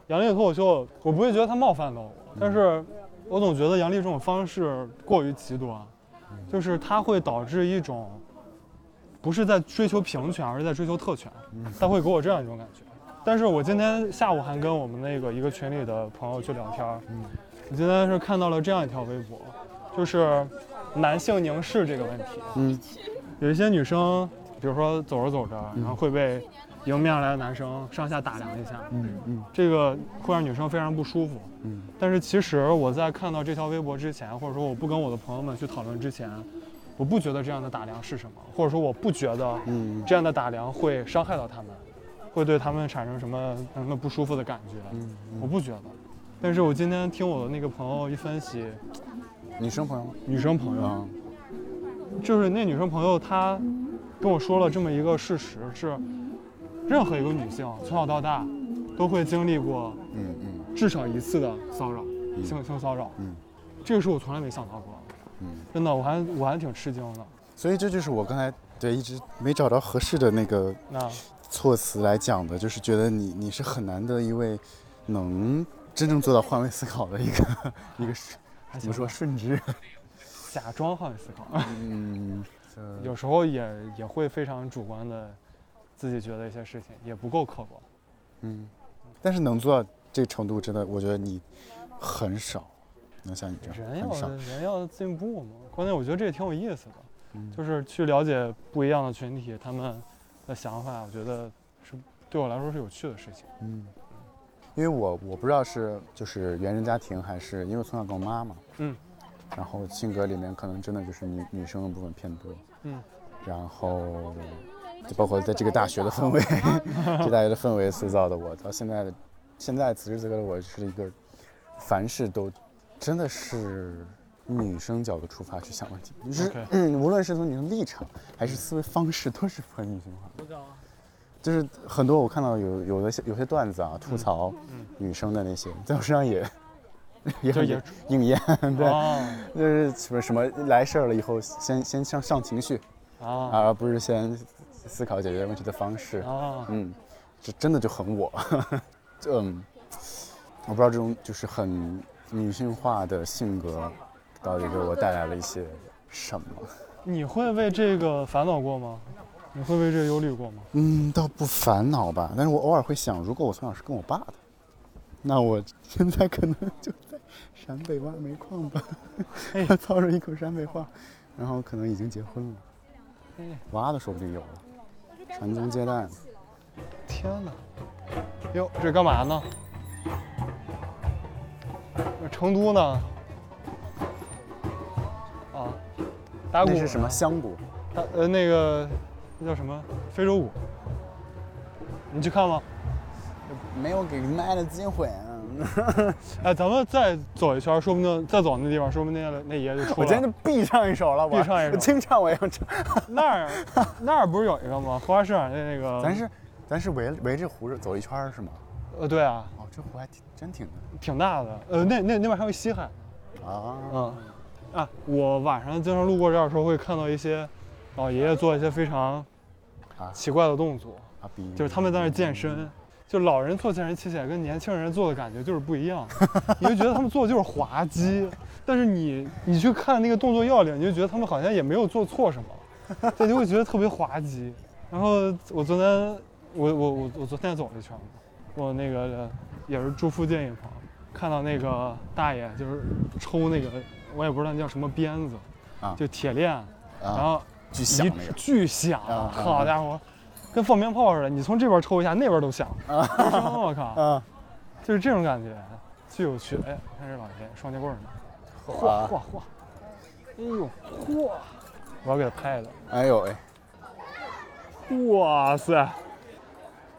S4: 杨笠的脱口秀，我不会觉得他冒犯到我，但是我总觉得杨笠这种方式过于极端，就是它会导致一种不是在追求平权，而是在追求特权，他会给我这样一种感觉。但是我今天下午还跟我们那个一个群里的朋友去聊天儿，我今天是看到了这样一条微博，就是男性凝视这个问题，
S1: 嗯，
S4: 有一些女生，比如说走着走着，然后会被迎面而来的男生上下打量一下，
S1: 嗯嗯
S4: 这个会让女生非常不舒服。
S1: 嗯，
S4: 但是其实我在看到这条微博之前，或者说我不跟我的朋友们去讨论之前，我不觉得这样的打量是什么，或者说我不觉得
S1: 嗯
S4: 这样的打量会伤害到他们，会对他们产生什么什么不舒服的感觉，
S1: 嗯
S4: 我不觉得。但是我今天听我的那个朋友一分析，
S1: 女生朋友吗？
S4: 女生朋友，
S1: 啊，
S4: 就是那女生朋友，她跟我说了这么一个事实是，任何一个女性从小到大都会经历过
S1: 嗯嗯
S4: 至少一次的骚扰，性性骚扰。
S1: 嗯，
S4: 这个是我从来没想到过，
S1: 嗯，
S4: 真的，我还我还挺吃惊的。
S1: 所以这就是我刚才对一直没找到合适的那个
S4: 那
S1: 措辞来讲的，就是觉得你你是很难的一位能真正做到换位思考的一个一个顺
S4: 还
S1: 怎
S4: 行
S1: 么说顺直，
S4: 假装换位思考， <laughs>
S1: 嗯，
S4: 有时候也也会非常主观的，自己觉得一些事情也不够客观。
S1: 嗯，但是能做到这个程度，真的我觉得你很少。能像你这
S4: 人
S1: 样
S4: 要
S1: 很少，
S4: 人要进步嘛，关键我觉得这也挺有意思的，
S1: 嗯
S4: 就是去了解不一样的群体，他们的想法，我觉得是对我来说是有趣的事情。
S1: 嗯，因为我我不知道是就是原生家庭还是因为从小跟我妈嘛，
S4: 嗯，
S1: 然后性格里面可能真的就是女女生的部分偏多，
S4: 嗯，
S1: 然后就包括在这个大学的氛围， <laughs> 这大学的氛围塑造的我到现在的现在此时此刻的我是一个凡事都真的是。女生角度出发去想问题，就是
S4: OK
S1: 嗯无论是从女生立场还是思维方式，都是很女性化。就是很多我看到有有的些有些段子啊，吐槽女生的那些，在我身上
S4: <laughs>
S1: 也也
S4: 嗯就
S1: 很
S4: 也
S1: 应验， <laughs> 对，
S4: 啊
S1: 就是什么什么来事儿了以后，先先上上情绪，
S4: 啊
S1: 而不是先思考解决问题的方式。
S4: 啊！
S1: 嗯，这真的就很我， <laughs> 就嗯，我不知道这种就是很女性化的性格，到底给我带来了一些什么。
S4: 你会为这个烦恼过吗？你会为这个忧虑过吗？
S1: 嗯，倒不烦恼吧，但是我偶尔会想，如果我从小是跟我爸的，那我现在可能就在陕北挖煤矿吧，
S4: 哎
S1: <laughs> 操着一口陕北话，然后可能已经结婚了
S4: 哎，啊
S1: 娃的说不定有了，传宗接代。
S4: 天哪！哟，这干嘛呢？这成都呢？啊，打鼓
S1: 那
S4: 呢
S1: 是什么香菇？
S4: 打呃，那个那叫什么非洲鼓？你去看吗？
S1: 没有给卖的机会、啊。
S4: 哎，咱们再走一圈，说不定再走那地方，说不定那那爷就出
S1: 我
S4: 来
S1: 今天就
S4: 了。
S1: 必唱一首了，我
S4: 必唱一首
S1: 我清唱我也要唱。
S4: 那儿那儿不是有一个吗？荷花市场那那
S1: <laughs>
S4: 个，
S1: 咱是咱是围围着湖走一圈儿是吗？
S4: 呃对啊，
S1: 哦，这湖还挺真挺大
S4: 挺大的。呃，那那那边还有西海。
S1: 啊。
S4: 嗯，啊，我晚上经常路过这儿的时候，会看到一些老爷爷做一些非常
S1: 啊
S4: 奇怪的动作，
S1: 啊比
S4: 就是他们在那儿健身。就老人做健身器械跟年轻人做的感觉就是不
S1: <laughs>
S4: 一样，你就觉得他们做的就是滑稽，但是你你去看那个动作要领，你就觉得他们好像也没有做错什么，对，就会觉得特别滑稽。然后我昨天我我我我昨天走了一圈，我那个呃也是住附近一朋友，看到那个大爷就是抽那个我也不知道那叫什么鞭子，
S1: 啊
S4: 就铁链，然
S1: 啊，
S4: 后
S1: 巨
S4: 一
S1: 响那个。
S4: 巨响，
S1: 啊啊
S4: 好家伙，跟放鞭炮似的，你从这边抽一下，那边都响，一声我靠，
S1: 啊，
S4: 就是这种感觉，巨有趣。哎，看这老爷爷双截棍儿呢，
S1: 啊
S4: 嚯嚯嚯，哎呦嚯，我要给他拍的，
S1: 哎呦喂，
S4: 哇塞，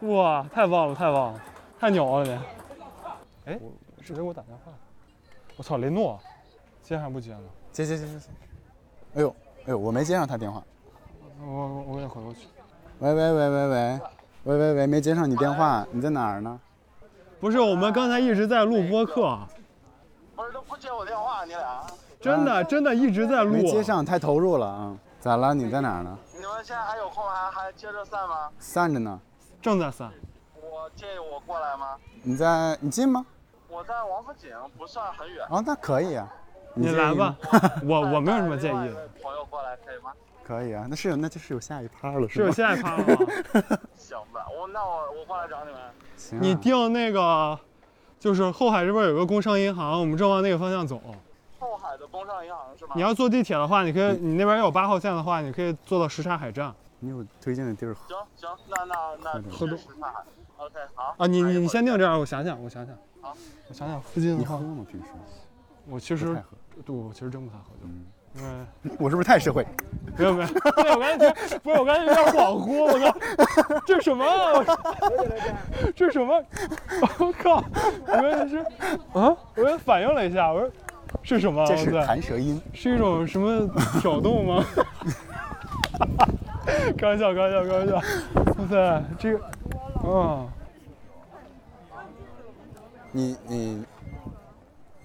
S4: 哇，太棒了，太棒了，太牛了你！哎，是谁给我打电话？我操，雷诺，接还不接呢？
S1: 接接接接接，哎呦哎呦，我没接上他电话，
S4: 我我我得回过去。
S1: 喂喂喂喂喂喂喂喂，没接上你电
S4: 哎
S1: 话，你在哪儿呢？
S4: 不是，我们刚才一直在录播课，
S2: 不是都不接我电话，你俩，
S4: 真的真的一直在录。
S1: 啊
S4: 啊
S1: 没接上，太投入了啊！咋了？你在哪儿呢？
S2: 你们现在还有空还还接着散吗？
S1: 散着呢。
S4: 正在散。
S2: 我建议我过来吗？
S1: 你在你近吗？
S2: 我在王府井，不算很远。
S1: 哦，那可以啊。
S4: 你
S1: 介
S4: 来
S1: 意
S4: 吧
S1: 吗，
S4: <laughs> 我我没有什么建议的。
S2: 的。朋友过来可以吗？
S1: <laughs> 可以啊，那是有，那就是有下一趴了，
S4: 是
S1: 是
S4: 有
S1: 吧？
S4: 下一趴
S1: <laughs>
S4: 了吗？
S2: 行吧，我那我我过来找你们。
S1: 行啊
S4: 你定那个，就是后海这边有个工商银行，我们正往那个方向走。
S2: 后海的工商银行是吗？
S4: 你要坐地铁的话，你可以，你那边有八号线的话，你可以坐到什刹海站
S1: 你有推荐的地儿？
S2: 行行，那那那
S4: 喝多
S2: 支持他。OK，好
S4: 啊。你你你
S2: 先
S4: 先定这样，我想想，我想想，
S2: 好，
S4: 我想想附近
S1: 你
S4: 的
S1: 喝
S4: 话，
S1: 吗？平时
S4: 我其
S1: 不
S4: 实
S1: 太嗯喝。
S4: 对我其实真不太喝酒，因为
S1: 我是不是太社会？
S4: 没有没有，对我刚才觉得不是我刚才有点恍惚，我靠，这什么啊？我这什么？我靠！我说是啊，我也反应了一下，我说是什么啊？
S1: 这是
S4: 我在
S1: 弹舌音。
S4: 是一种什么挑逗吗？ <laughs> 开玩笑，开玩笑，开玩笑！哇塞，这个，嗯，
S1: 你你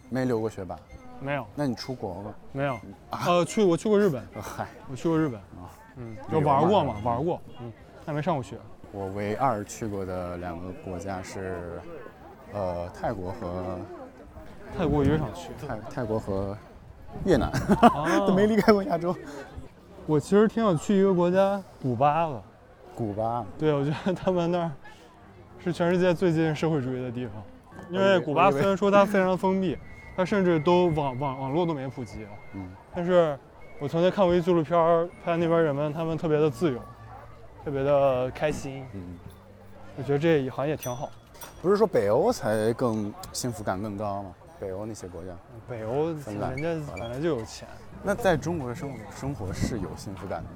S1: 没留过学吧？
S4: 没有
S1: 那你出国了？
S4: 没有，
S1: 啊
S4: 呃，去我去过日本，
S1: 呃嗨，
S4: 我去过日本，
S1: 啊
S4: 嗯，就
S1: 旅游
S4: 玩过
S1: 嘛
S4: 嘛，玩过，嗯，但没上过学。
S1: 我唯二去过的两个国家是，呃，泰国和
S4: 泰国我一直想去，
S1: 泰泰国和越南， <laughs>
S4: 啊
S1: 都没离开过亚洲。
S4: 我其实挺想去一个国家，古巴的。
S1: 古巴，
S4: 对，我觉得他们那儿是全世界最接近社会主义的地方。因为古巴虽然说它非常封闭，它甚至都网网网络都没普及。
S1: 嗯。
S4: 但是我曾经看过一纪录片儿，拍那边人们他们特别的自由，特别的开心。
S1: 嗯，
S4: 我觉得这好像也挺好。
S1: 不是说北欧才更幸福感更高吗？北欧那些国家，
S4: 北欧
S1: 芬兰
S4: 人家本来就有钱，
S1: 那在中国的生活生活是有幸福感的，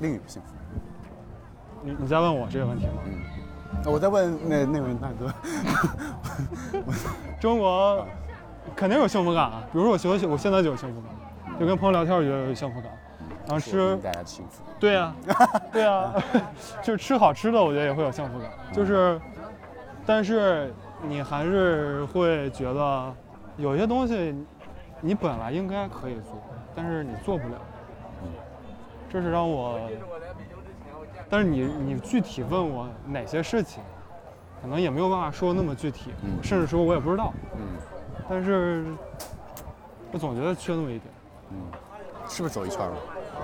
S1: 另有幸福感。
S4: 你你在问我这个问题吗？
S1: 哦我在问那那位大 <laughs> 哥，
S4: 中国肯定有幸福感啊，比如说我学我现在就有幸福感，就跟朋友聊天我觉得有幸福感，然后
S1: 我
S4: 吃
S1: 给大家幸福。
S4: 对呀、
S1: <laughs>
S4: 对呀、 <laughs> 就是吃好吃的，我觉得也会有幸福感。
S1: 嗯
S4: 就是，但是你还是会觉得有些东西你本来应该可以做，但是你做不了。
S1: 嗯
S4: 这是让我，但是你你具体问我哪些事情，可能也没有办法说那么具体，
S1: 嗯
S4: 甚至说我也不知道。
S1: 嗯
S4: 但是，我总觉得缺那么一点。
S1: 嗯，是不是走一圈了？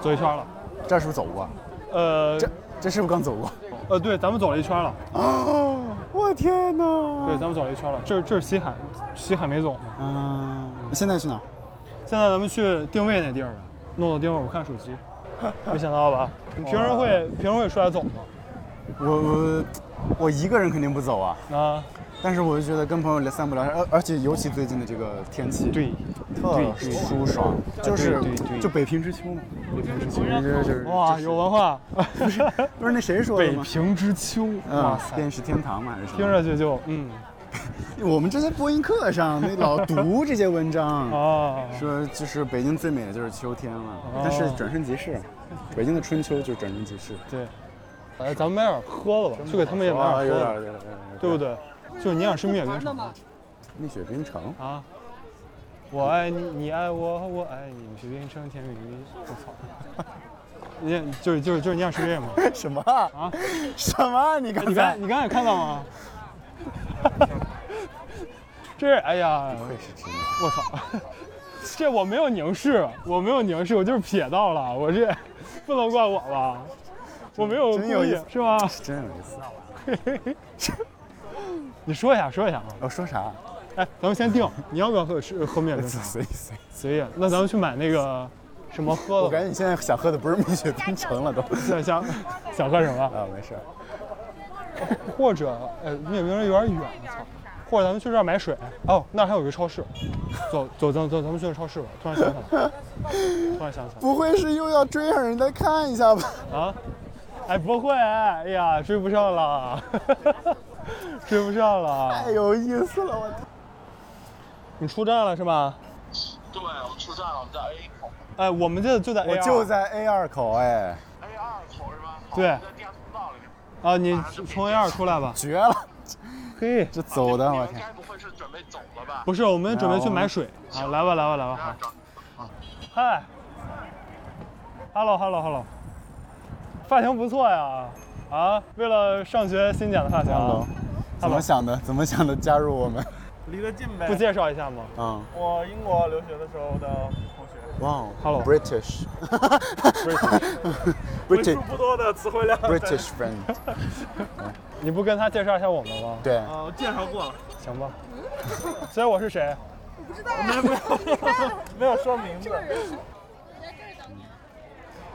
S4: 走一圈了，
S1: 这儿是不是走过？
S4: 呃
S1: 这这是不是刚走过？
S4: 呃，对，咱们走了一圈了。
S1: 啊！我天哪！
S4: 对，咱们走了一圈了，嗯这这是西海，西海没走嘛。
S1: 嗯，现在去哪儿？
S4: 现在咱们去定位那地儿了，弄到定位我看手机，没想到 <laughs> 吧？你平时会平时会出来走吗？
S1: 我我我一个人肯定不走啊，
S4: 啊，
S1: 但是我就觉得跟朋友聊散步聊天，而而且尤其最近的这个天气，，
S4: 对，
S1: 特舒爽，就是
S4: 对对对
S1: 就北平之秋嘛，北平之秋，就是就是
S4: 哇，有文化，
S1: <laughs> 不是那谁说的
S4: <laughs> 北
S1: 吗？
S4: 平之秋，哇
S1: 嗯，
S4: 塞
S1: 便，是天堂嘛，还是什么？
S4: 听着就就嗯
S1: 我们这些播音课上那老读这些文章，
S4: 啊，
S1: 说就是北京最美的就是秋天了，
S4: 哦
S1: 但是转瞬即逝，北京的春秋就是转瞬即逝。
S4: 对，哎，咱们买点喝的吧，就给他们也买啊点喝的，
S1: 点有点，
S4: 对不对？就是你想吃蜜雪冰城吗
S1: 蜜雪冰城，
S4: 啊？我爱你，你爱我，我爱你，蜜雪冰城甜蜜蜜。我操！ <laughs> 你就是就是就是你想吃这个吗？
S1: <laughs> 什么啊？什么？啊你
S4: 你
S1: 刚
S4: 刚
S1: 才 <laughs>
S4: 你刚才看到吗？ <laughs> 这是哎呀，
S1: 我也是真的。
S4: 我操！这我没有凝视，我没有凝视，我就是瞥到了，我这不能怪我吧？我没有
S1: 真
S4: 故
S1: 有
S4: 意
S1: 意思
S4: 是吧？
S1: 真有意思。
S4: 你说一下，说一下啊！
S1: 我说啥？
S4: 哎，咱们先定，你要不要喝吃喝
S1: <laughs>
S4: 面冰城？
S1: 随意随意。
S4: 随意，那咱们去买那个什么
S1: 我
S4: 喝的
S1: 感觉你现在想喝的不是蜜雪冰城了都。 <laughs>
S4: 吧，想想想喝什么？
S1: 啊，没事儿。
S4: 或者呃，面冰城有点远，我操！或者咱们去这儿买水。哦，那儿还有一个超市，走走走走，咱们去超市吧。突然想起来了，突然想起来了。
S1: 不会是又要追上人家看一下吧？ <laughs>
S4: 啊？哎，不会，哎呀，追不上了， <laughs> 追不上了
S1: 太。有意思了，我天！
S4: 你出站了是吧？
S5: 对，我们出站了，我们在 A 口
S4: 哎，我们这就在 A
S1: 我就在 A 二口，哎，
S5: ，A 二口是吧？好
S4: 对
S5: 我们在地下通道里面。
S4: 啊，你从 A 二出来吧。
S1: 绝了！
S4: 嘿，
S1: 这走
S5: 你
S1: 的，哦我
S5: 们
S2: 啊
S1: 天！
S5: 该不会是准备走了吧？
S4: 不是，我们准备去买水啊，来吧，来吧，来吧，好。嗨，hello，hello，hello，发型不错呀，啊，为了上学新剪的发型啊
S1: Hello，怎么想的？怎么想的加入我们？
S2: 离得近呗
S4: 不介绍一下吗？
S1: 嗯，
S2: 我英国留学的时候的同学，
S1: 哇
S4: Hello
S1: <laughs> ，British，
S2: 为数不多的词汇量。
S1: British friend，
S4: 你不跟他介绍一下我们吗？
S1: 对，
S2: 呃，介绍过了，
S4: 行吧。所以我是谁？
S2: 没有说名字。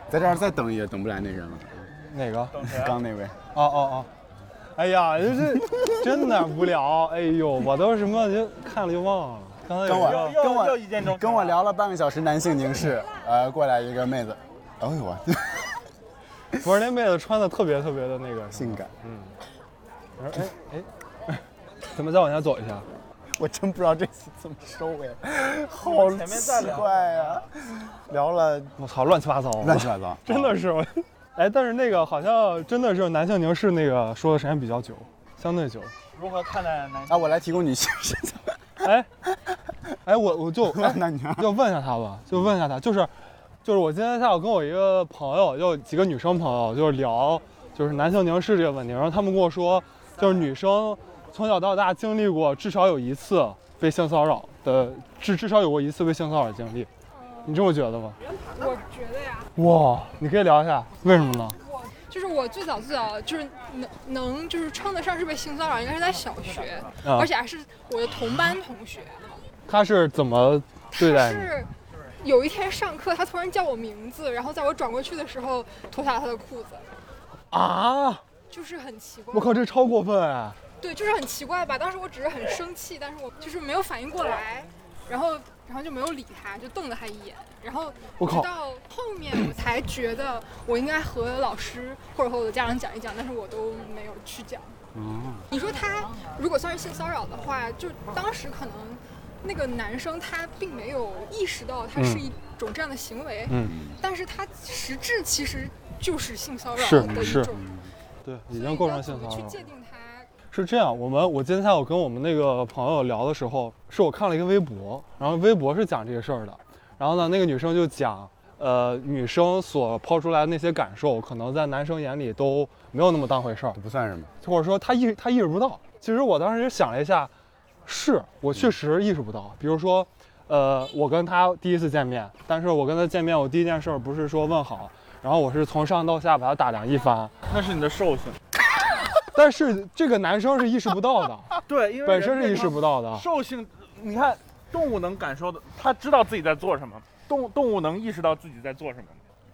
S1: 在这儿再等也等不来那人了，
S4: 哪个？
S1: 刚那位。
S4: 哦哦哦，哎呀，就是真的无聊，哎呦，我都什么就看了就忘了。刚才有
S1: 跟我
S4: 一个
S2: 又
S1: 跟我
S2: 又一见钟情啊
S1: 跟我聊了半个小时男性凝视，呃，过来一个妹子，哎呦我，
S4: 不是那妹子穿的特别特别的那个，
S1: 性感，
S4: 我说哎哎， <laughs> 咱们再往下走一下。
S1: 我真不知道这次怎么收尾，好
S2: 前面再
S1: 奇
S2: 聊
S1: 怪呀，聊了
S4: 我操，乱七八糟，
S1: 乱七八糟，
S4: 真
S7: 啊
S4: 的是我。 <laughs> 哎，但是那个好像真的是男性凝视那个说的时间比较久，相对久。
S2: 如何看待男性？
S1: 啊，我来提供女性视
S7: <laughs>
S1: 角，
S4: 哎，哎，我我 <laughs> 就、哎、
S1: 那你啊
S4: 要问一下他吧，就问一下他，就是就是我今天下午跟我一个朋友，就几个女生朋友，就是聊就是男性凝视这个问题，然后他们跟我说，就是女生从小到大经历过至少有一次被性骚扰的，至至少有过一次被性骚扰的经历，你这么觉得吗？
S6: 我觉得呀，
S4: 哇，你可以聊一下，为什么呢？
S6: 就是我我最早最早就是能能就是称得上是被性骚扰，应该是在小学，
S4: 啊
S6: 而且还是我的同班同学。
S4: 他是怎么对
S6: 他
S4: 待你？
S6: 是有一天上课，他突然叫我名字，然后在我转过去的时候脱下了他的裤子，
S4: 啊！
S6: 就是很奇怪。
S4: 我靠，这超过分啊！
S6: 对，就是很奇怪吧。当时我只是很生气，但是我就是没有反应过来，然后然后就没有理他，就瞪了他一眼。然后
S4: 我
S6: 直
S4: 靠
S6: 到后面我才觉得我应该和老师或者和我的家长讲一讲，但是我都没有去讲。
S4: 哦
S6: 你说他如果算是性骚扰的话，就当时可能那个男生他并没有意识到他是
S4: 嗯
S6: 一种这样的行为，
S4: 嗯，
S6: 但是他实质其实就是性骚扰
S4: 是
S6: 的一
S4: 是
S6: 种，
S4: 对，
S6: 所
S4: 已
S6: 以
S4: 经
S6: 你
S4: 构
S6: 要
S4: 成
S6: 怎
S4: 性
S6: 么
S4: 骚
S6: 去
S4: 扰。
S6: 界定他
S4: 是这样，我们我今天下午跟我们那个朋友聊的时候，是我看了一个微博，然后微博是讲这个事儿的，然后呢，那个女生就讲，呃，女生所抛出来的那些感受，可能在男生眼里都没有那么当回事儿，
S7: 不算什么。
S4: 或者说他意他意识不到。其实我当时也想了一下，是我确实意识不到。比如说，呃，我跟他第一次见面，但是我跟他见面，我第一件事儿不是说问好，然后我是从上到下把他打量一番，
S8: 那是你的兽性。
S4: 但是这个男生是意识不到的，
S8: 对，因为
S4: 本身
S8: 人
S4: 是意
S8: 正
S4: 识不到的啊
S8: 常。兽性，你看动物能感受的，它知道自己在做什么，动动物能意识到自己在做什么。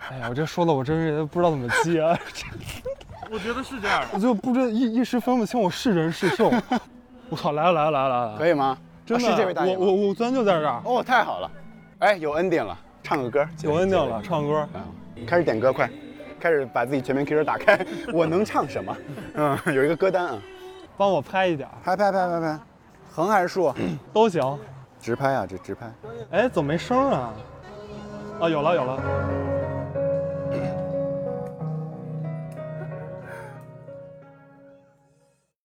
S4: 哎呀，我这说的我真是不知道怎么啊接、
S8: 我觉得是这样的。
S4: 我 <laughs> 就不知一一时分不清我是人是兽。 <laughs> 我靠，来了来了来了来了！
S7: 可以吗？
S4: 真的，
S7: 啊是这位大爷
S4: 我
S7: 吗
S4: 我我昨天就在这儿，
S7: 哦，太好了，哎，有恩典了，唱个歌，
S4: 有恩定了，唱歌。
S1: 啊
S7: 开始点歌，快，开始把自己全民 QQ 打
S1: <laughs>
S7: 开，我能唱什么？嗯，有一个歌单啊，
S4: 帮我拍一点儿
S7: 拍拍拍拍拍，横还是竖？
S4: 都行。
S1: 直拍啊，这直拍。
S4: 哎，怎么没声儿啊？啊，有了有了，